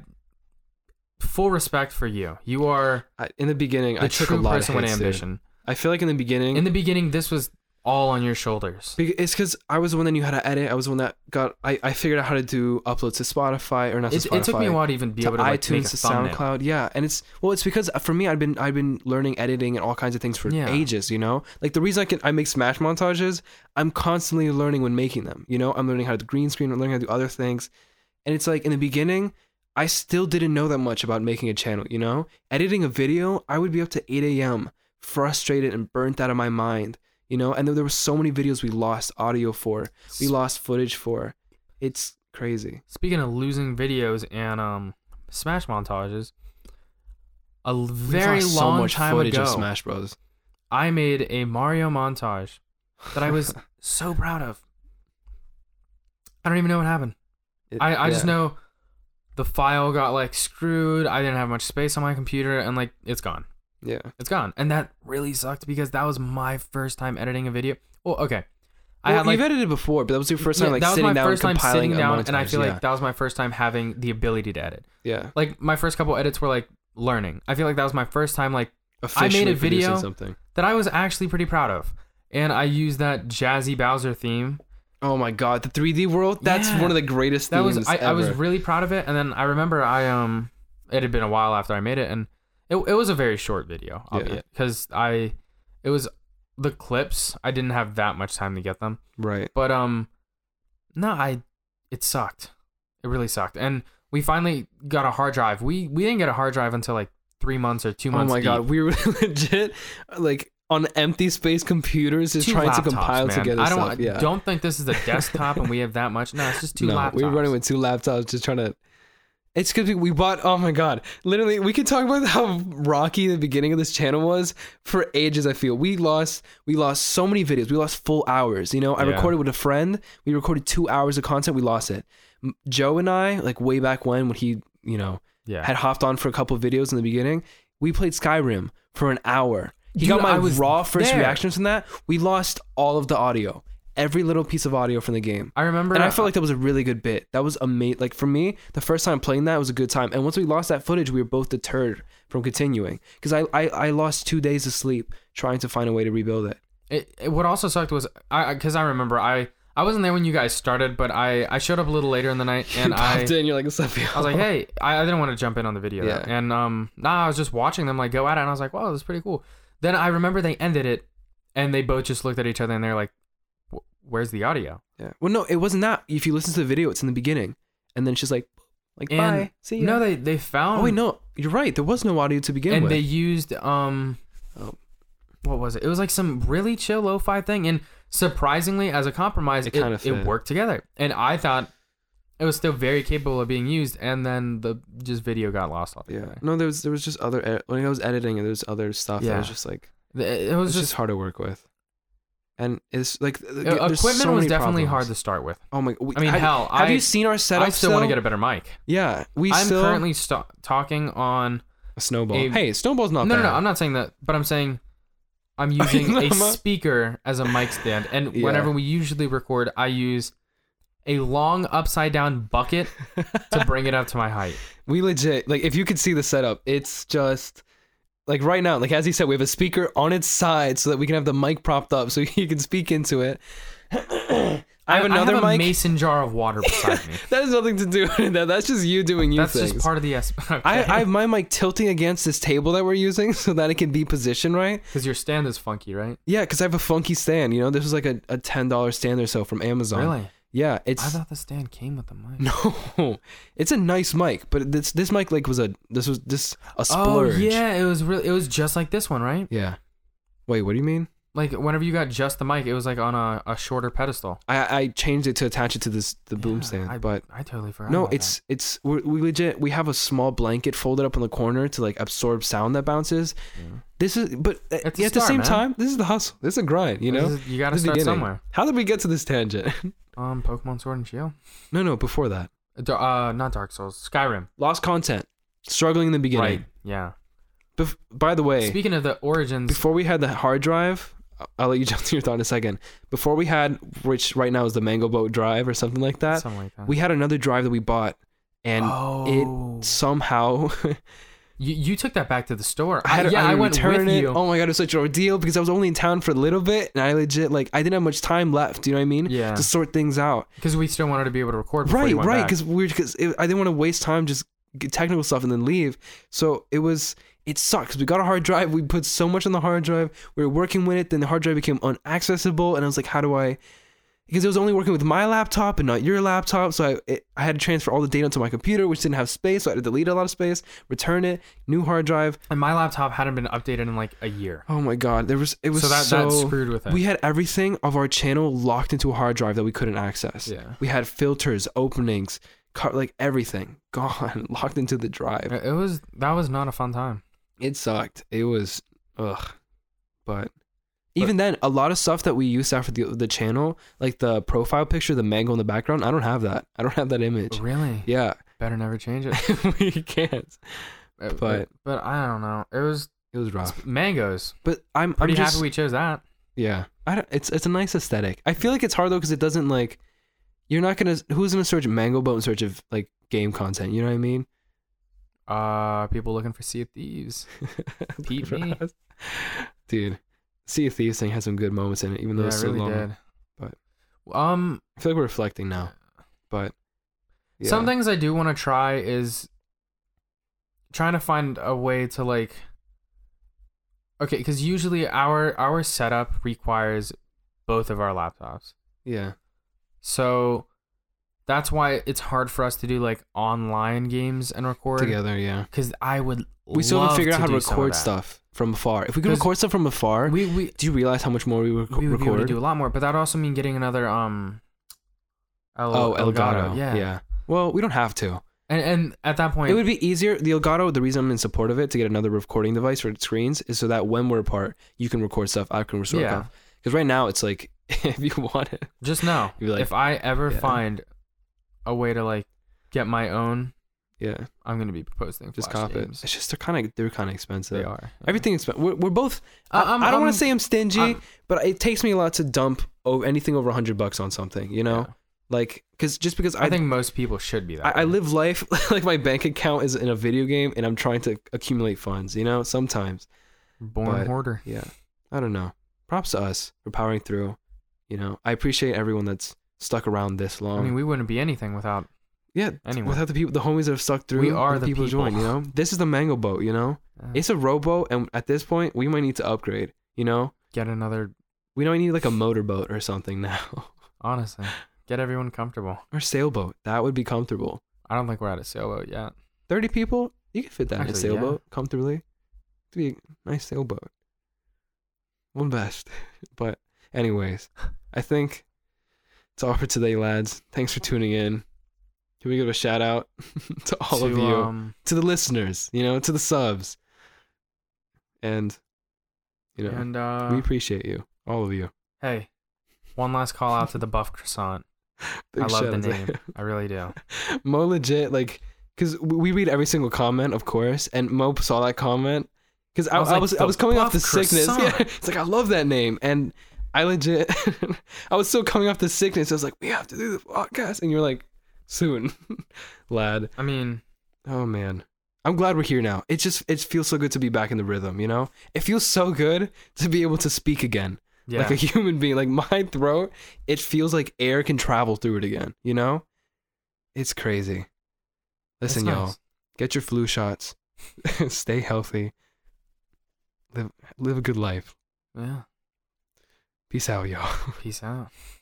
Speaker 1: full respect for you. You are
Speaker 2: I, in the beginning
Speaker 1: the
Speaker 2: I took a
Speaker 1: true
Speaker 2: lot
Speaker 1: person
Speaker 2: of
Speaker 1: with
Speaker 2: hits, dude.
Speaker 1: ambition.
Speaker 2: I feel like in the beginning
Speaker 1: In the beginning, this was all on your shoulders.
Speaker 2: Because it's because I was the one that knew how to edit. I was the one that got. I, I figured out how to do uploads to Spotify or not to
Speaker 1: It,
Speaker 2: Spotify.
Speaker 1: it took me a while to even be
Speaker 2: to
Speaker 1: able to like, make
Speaker 2: iTunes
Speaker 1: a
Speaker 2: to
Speaker 1: thumbnail.
Speaker 2: SoundCloud. Yeah, and it's well, it's because uh, for me, I've been I've been learning editing and all kinds of things for
Speaker 1: Yeah.
Speaker 2: ages. You know, like the reason I can I make Smash montages, I'm constantly learning when making them. You know, I'm learning how to green screen. I'm learning how to do other things, and it's like in the beginning. I still didn't know that much about making a channel, you know? Editing a video, I would be up to 8 a.m., frustrated and burnt out of my mind, you know. And there, there were so many videos we lost audio for, we
Speaker 1: S-
Speaker 2: lost footage for. It's crazy.
Speaker 1: Speaking of losing videos and um Smash montages, a l-
Speaker 2: We
Speaker 1: very
Speaker 2: lost
Speaker 1: long time
Speaker 2: footage
Speaker 1: ago,
Speaker 2: of Smash Bros.
Speaker 1: I made a Mario montage that I was so proud of. I don't even know what happened.
Speaker 2: It-
Speaker 1: I, I just
Speaker 2: yeah.
Speaker 1: know the file got like screwed. I didn't have much space on my computer, and like it's gone.
Speaker 2: Yeah.
Speaker 1: It's gone, and that really sucked because that was my first time editing a video. Well, okay, I
Speaker 2: Well,
Speaker 1: had like
Speaker 2: you've edited before, but that was your first time
Speaker 1: yeah,
Speaker 2: like
Speaker 1: that was
Speaker 2: sitting
Speaker 1: my
Speaker 2: down
Speaker 1: first
Speaker 2: and
Speaker 1: time
Speaker 2: compiling
Speaker 1: sitting
Speaker 2: a
Speaker 1: down, and I
Speaker 2: montage.
Speaker 1: feel like
Speaker 2: yeah.
Speaker 1: that was my first time having the ability to edit.
Speaker 2: yeah.
Speaker 1: Like my first couple edits were like learning. I feel like that was my first time like I made
Speaker 2: Officially
Speaker 1: a video-
Speaker 2: producing something.
Speaker 1: that I was actually pretty proud of, and I used that jazzy Bowser theme.
Speaker 2: Oh my god, the 3D world. That's
Speaker 1: Yeah.
Speaker 2: one of the greatest
Speaker 1: that
Speaker 2: themes
Speaker 1: was I,
Speaker 2: ever.
Speaker 1: I was really proud of it and then i remember i um it had been a while after i made it and it, it was a very short video
Speaker 2: Yeah.
Speaker 1: because i it was the clips i didn't have that much time to get them
Speaker 2: right.
Speaker 1: but um no i it sucked it really sucked and we finally got a hard drive we we didn't get a hard drive until like three months or two
Speaker 2: Oh
Speaker 1: months
Speaker 2: my
Speaker 1: deep.
Speaker 2: god, we were legit like on empty space computers just
Speaker 1: Two
Speaker 2: trying to
Speaker 1: laptops,
Speaker 2: compile
Speaker 1: man.
Speaker 2: together
Speaker 1: I don't
Speaker 2: stuff. Yeah.
Speaker 1: don't think this is a desktop and we have that much. No, it's just two
Speaker 2: no,
Speaker 1: laptops.
Speaker 2: we were running with two laptops just trying to it's because we bought. Oh my god! Literally, we could talk about how rocky the beginning of this channel was for ages. I feel we lost. We lost so many videos. We lost full hours. You know, I
Speaker 1: Yeah.
Speaker 2: recorded with a friend. We recorded two hours of content. We lost it. M- Joe and I, like way back when, when he, you know,
Speaker 1: yeah.
Speaker 2: had hopped on for a couple videos in the beginning. We played Skyrim for an hour. He
Speaker 1: Dude,
Speaker 2: got my
Speaker 1: I was
Speaker 2: raw first
Speaker 1: there.
Speaker 2: reactions from that. We lost all of the audio, every little piece of audio from the game.
Speaker 1: I remember
Speaker 2: And I felt like that was a really good bit. That was amazing. Like for me, the first time playing that was a good time. And once we lost that footage, we were both deterred from continuing because I, I I lost two days of sleep trying to find a way to rebuild it.
Speaker 1: It, it, what also sucked was I because I remember I I wasn't there when you guys started, but I I showed up a little later in the night and
Speaker 2: you
Speaker 1: I.
Speaker 2: popped in, you're like, "What's up, yo?"
Speaker 1: I was like, hey, I, I didn't want to jump in on the video,
Speaker 2: Yeah.
Speaker 1: and um, nah, I was just watching them like go at it, and I was like, wow, this is pretty cool. Then I remember they ended it, and they both just looked at each other and they're like, "Wh- where's the audio?
Speaker 2: yeah. Well, no, it wasn't that. If you listen to the video, it's in the beginning, and then she's like, like,
Speaker 1: And
Speaker 2: bye, see ya.
Speaker 1: No, they they found.
Speaker 2: Oh wait, no, you're right. There was no audio to begin
Speaker 1: and
Speaker 2: with.
Speaker 1: they used um
Speaker 2: Oh.
Speaker 1: what was it it was like some really chill lo-fi thing and surprisingly as a compromise it,
Speaker 2: It
Speaker 1: it,
Speaker 2: kinda fit.
Speaker 1: worked together and i thought it was still very capable of being used and then the just video got lost
Speaker 2: yeah.
Speaker 1: altogether
Speaker 2: No, there was there was just other ed- when I was editing, there was other stuff that was
Speaker 1: Yeah.
Speaker 2: just like
Speaker 1: yeah. it, it
Speaker 2: it was
Speaker 1: was
Speaker 2: just,
Speaker 1: just,
Speaker 2: hard to work with. And it's like th-
Speaker 1: uh,
Speaker 2: th- there's
Speaker 1: equipment
Speaker 2: so
Speaker 1: was
Speaker 2: many
Speaker 1: definitely
Speaker 2: problems.
Speaker 1: hard to start with
Speaker 2: Oh my! We,
Speaker 1: i mean
Speaker 2: have,
Speaker 1: hell
Speaker 2: have
Speaker 1: I,
Speaker 2: you seen our setup?
Speaker 1: I still want to
Speaker 2: still?
Speaker 1: get a better mic
Speaker 2: Yeah, we
Speaker 1: i'm
Speaker 2: still
Speaker 1: currently sto- talking on
Speaker 2: a snowball.
Speaker 1: a-
Speaker 2: hey, snowball's not
Speaker 1: no
Speaker 2: bad.
Speaker 1: no no i'm not saying that but i'm saying i'm using
Speaker 2: No,
Speaker 1: a
Speaker 2: I'm not-
Speaker 1: speaker as a mic stand and
Speaker 2: Yeah.
Speaker 1: whenever we usually record i use a long upside down bucket to bring it up to my height
Speaker 2: we legit like if you could see the setup, it's just like right now, like as he said, we have a speaker on its side so that we can have the mic propped up so you can speak into it. I have another
Speaker 1: a
Speaker 2: mic.
Speaker 1: mason jar of water beside me
Speaker 2: that has nothing to do with that. That's just you doing you
Speaker 1: that's
Speaker 2: things.
Speaker 1: just part of the es- okay.
Speaker 2: I, I have my mic tilting against this table that we're using so that it can be positioned right.
Speaker 1: because your stand is funky right
Speaker 2: Yeah, because I have a funky stand. You know, this was like a, a ten dollar stand or so from Amazon.
Speaker 1: really
Speaker 2: Yeah,
Speaker 1: i
Speaker 2: it's
Speaker 1: thought the stand came with the mic
Speaker 2: no, it's a nice mic, but this this mic like was a this was this a
Speaker 1: oh
Speaker 2: splurge.
Speaker 1: yeah it was really it was just like this one right
Speaker 2: Yeah. Wait, what do you mean?
Speaker 1: like whenever you got just the mic it was like on a, a shorter pedestal
Speaker 2: I I changed it to attach it to this the boom
Speaker 1: Yeah,
Speaker 2: stand,
Speaker 1: I,
Speaker 2: but
Speaker 1: i totally forgot
Speaker 2: no,
Speaker 1: about that.
Speaker 2: it's it's we're, we legit we have a small blanket folded up in the corner to like absorb sound that bounces.
Speaker 1: Yeah.
Speaker 2: This is but uh,
Speaker 1: It's a
Speaker 2: at the
Speaker 1: start,
Speaker 2: same
Speaker 1: man.
Speaker 2: time, this is the hustle. This is a grind, you
Speaker 1: This
Speaker 2: know.
Speaker 1: is- you gotta
Speaker 2: This is the
Speaker 1: start
Speaker 2: beginning.
Speaker 1: somewhere
Speaker 2: How did we get to this tangent?
Speaker 1: um pokemon sword and shield
Speaker 2: no, no, before that.
Speaker 1: Da- uh not dark souls skyrim
Speaker 2: Lost content. Struggling in the beginning.
Speaker 1: right yeah
Speaker 2: Bef- by the way,
Speaker 1: speaking of the origins
Speaker 2: before we had the hard drive, I- I'll let you jump to your thought in a second. Before we had, which right now is the Mango Boat drive or something like that,
Speaker 1: something like that
Speaker 2: we had another drive that we bought and
Speaker 1: oh
Speaker 2: somehow
Speaker 1: you, you took that back to the store
Speaker 2: I had to-
Speaker 1: yeah
Speaker 2: I had
Speaker 1: i
Speaker 2: to
Speaker 1: went
Speaker 2: return
Speaker 1: with
Speaker 2: it.
Speaker 1: you
Speaker 2: Oh my god, it was such an ordeal because I was only in town for a little bit and I legit like I didn't have much time left, you know what I mean?
Speaker 1: yeah
Speaker 2: To sort things out.
Speaker 1: because we still wanted to be able to record before
Speaker 2: right
Speaker 1: you went
Speaker 2: right
Speaker 1: back.
Speaker 2: because we're because i didn't want to waste time just get technical stuff and then leave so it was it sucks we got a hard drive we put so much on the hard drive we were working with it then the hard drive became unaccessible and i was like how do i because it was only working with my laptop and not your laptop. So I, it, I had to transfer all the data onto my computer, which didn't have space. So I had to delete a lot of space, return it, new hard drive.
Speaker 1: And my laptop hadn't been updated in like a year.
Speaker 2: Oh my god, there was it was
Speaker 1: So
Speaker 2: so,
Speaker 1: that- that screwed with it.
Speaker 2: We had everything of our channel locked into a hard drive that we couldn't access.
Speaker 1: Yeah.
Speaker 2: we had filters, openings, cut like everything gone, locked into the drive.
Speaker 1: It it was that was not a fun time.
Speaker 2: It sucked. It was ugh, but. Even then, a lot of stuff that we used after the, the channel, like the profile picture, the mango in the background, I don't have that. I don't have that image.
Speaker 1: Oh, Really?
Speaker 2: Yeah,
Speaker 1: Better never change it.
Speaker 2: we can't.
Speaker 1: It-
Speaker 2: But-
Speaker 1: it- but I don't know. It was
Speaker 2: It was rough.
Speaker 1: mangoes.
Speaker 2: But I'm
Speaker 1: Pretty
Speaker 2: I'm just,
Speaker 1: happy we chose that.
Speaker 2: yeah. I don't, it's it's a nice aesthetic. I feel like it's hard though because it doesn't like you're not gonna who's gonna search mango boat in search of like game content. You know what I mean?
Speaker 1: Uh, people looking for Sea of Thieves. Pete me.
Speaker 2: Dude, Sea of Thieves thing has some good moments in it, even though
Speaker 1: Yeah,
Speaker 2: it's
Speaker 1: I
Speaker 2: so
Speaker 1: really
Speaker 2: long.
Speaker 1: did.
Speaker 2: but-
Speaker 1: um,
Speaker 2: I feel like we're reflecting now, but yeah.
Speaker 1: Some things I do want to try is trying to find a way to like okay, because usually our our setup requires both of our laptops,
Speaker 2: Yeah,
Speaker 1: so that's why it's hard for us to do like online games and record.
Speaker 2: together. Yeah,
Speaker 1: Because I would
Speaker 2: we still haven't
Speaker 1: love
Speaker 2: figured out how to
Speaker 1: do some of
Speaker 2: record
Speaker 1: that.
Speaker 2: stuff from afar. If we can
Speaker 1: 'Cause
Speaker 2: record stuff from afar,
Speaker 1: We we
Speaker 2: do you realize how much more we, rec-
Speaker 1: we would be able to
Speaker 2: record?
Speaker 1: do a lot more, but that also mean getting another um. El-
Speaker 2: oh, Elgato.
Speaker 1: yeah.
Speaker 2: yeah. Well, we don't have to.
Speaker 1: And and at that point,
Speaker 2: It would be easier. The Elgato, the reason I'm in support of it to get another recording device for screens is so that when we're apart, you can record stuff, I can record
Speaker 1: Yeah.
Speaker 2: stuff. Because right now, it's like, if you want it,
Speaker 1: Just know
Speaker 2: You'd be like,
Speaker 1: if I ever
Speaker 2: "Yeah."
Speaker 1: find a way to like get my own,
Speaker 2: yeah,
Speaker 1: I'm gonna be posting.
Speaker 2: just
Speaker 1: Flash
Speaker 2: cop
Speaker 1: games.
Speaker 2: it. It's just, they're kind of, they're kind of expensive.
Speaker 1: They are.
Speaker 2: Everything expensive. We're, we're both,
Speaker 1: I-
Speaker 2: I,
Speaker 1: I'm-
Speaker 2: I don't want
Speaker 1: I'm-
Speaker 2: to say I'm stingy,
Speaker 1: I'm-
Speaker 2: but it takes me a lot to dump o anything over 100 bucks on something, you know?
Speaker 1: Yeah.
Speaker 2: Like, because just because
Speaker 1: I,
Speaker 2: I,
Speaker 1: think most people should be that.
Speaker 2: I, I
Speaker 1: way.
Speaker 2: live life like my bank account is in a video game and I'm trying to accumulate funds, you know? Sometimes.
Speaker 1: born
Speaker 2: but-
Speaker 1: hoarder.
Speaker 2: yeah i don't know props to us for powering through you know i appreciate everyone that's stuck around this long
Speaker 1: I mean, we wouldn't be anything without.
Speaker 2: yeah
Speaker 1: Anyway.
Speaker 2: without the people the homies that have stuck through
Speaker 1: We are the
Speaker 2: people,
Speaker 1: people.
Speaker 2: join you know this is the mango boat you know
Speaker 1: Uh,
Speaker 2: it's a rowboat and at this point we might need to upgrade you know
Speaker 1: get another.
Speaker 2: we might need like a motorboat or something now
Speaker 1: Honestly, get everyone comfortable.
Speaker 2: or sailboat that would be comfortable
Speaker 1: I don't think we're at a sailboat yet.
Speaker 2: 30 people you could fit that in a
Speaker 1: Actually, yeah.
Speaker 2: sailboat comfortably it'd be a nice sailboat one best but anyways i think it's all for today lads thanks for tuning in can we give a shout out to all of
Speaker 1: To,
Speaker 2: you
Speaker 1: Um,
Speaker 2: to the listeners you know to the subs and you know
Speaker 1: and uh,
Speaker 2: we appreciate you all of you
Speaker 1: hey, one last call out to the buff croissant.
Speaker 2: Big
Speaker 1: I love the name.
Speaker 2: shout-outs.
Speaker 1: I really do.
Speaker 2: Mo legit like because we read every single comment, of course, and Mo saw that comment because I, I
Speaker 1: I was
Speaker 2: was I
Speaker 1: like,
Speaker 2: was,
Speaker 1: "The
Speaker 2: coming off the
Speaker 1: Buff
Speaker 2: sickness. Yeah,
Speaker 1: Croissant."
Speaker 2: it's like I love that name, and I legit I was still coming off the sickness. I was like, we have to do the podcast, and you're like, soon, lad.
Speaker 1: I mean,
Speaker 2: Oh man. I'm glad we're here now. It just it feels so good to be back in the rhythm, you know? It feels so good to be able to speak again.
Speaker 1: yeah.
Speaker 2: Like a human being. Like my throat, it feels like air can travel through it again, you know? It's crazy.
Speaker 1: it's
Speaker 2: Listen, y'all
Speaker 1: nice.
Speaker 2: get your flu shots, stay healthy, live live a good life.
Speaker 1: Yeah.
Speaker 2: Peace out, y'all.
Speaker 1: Peace out.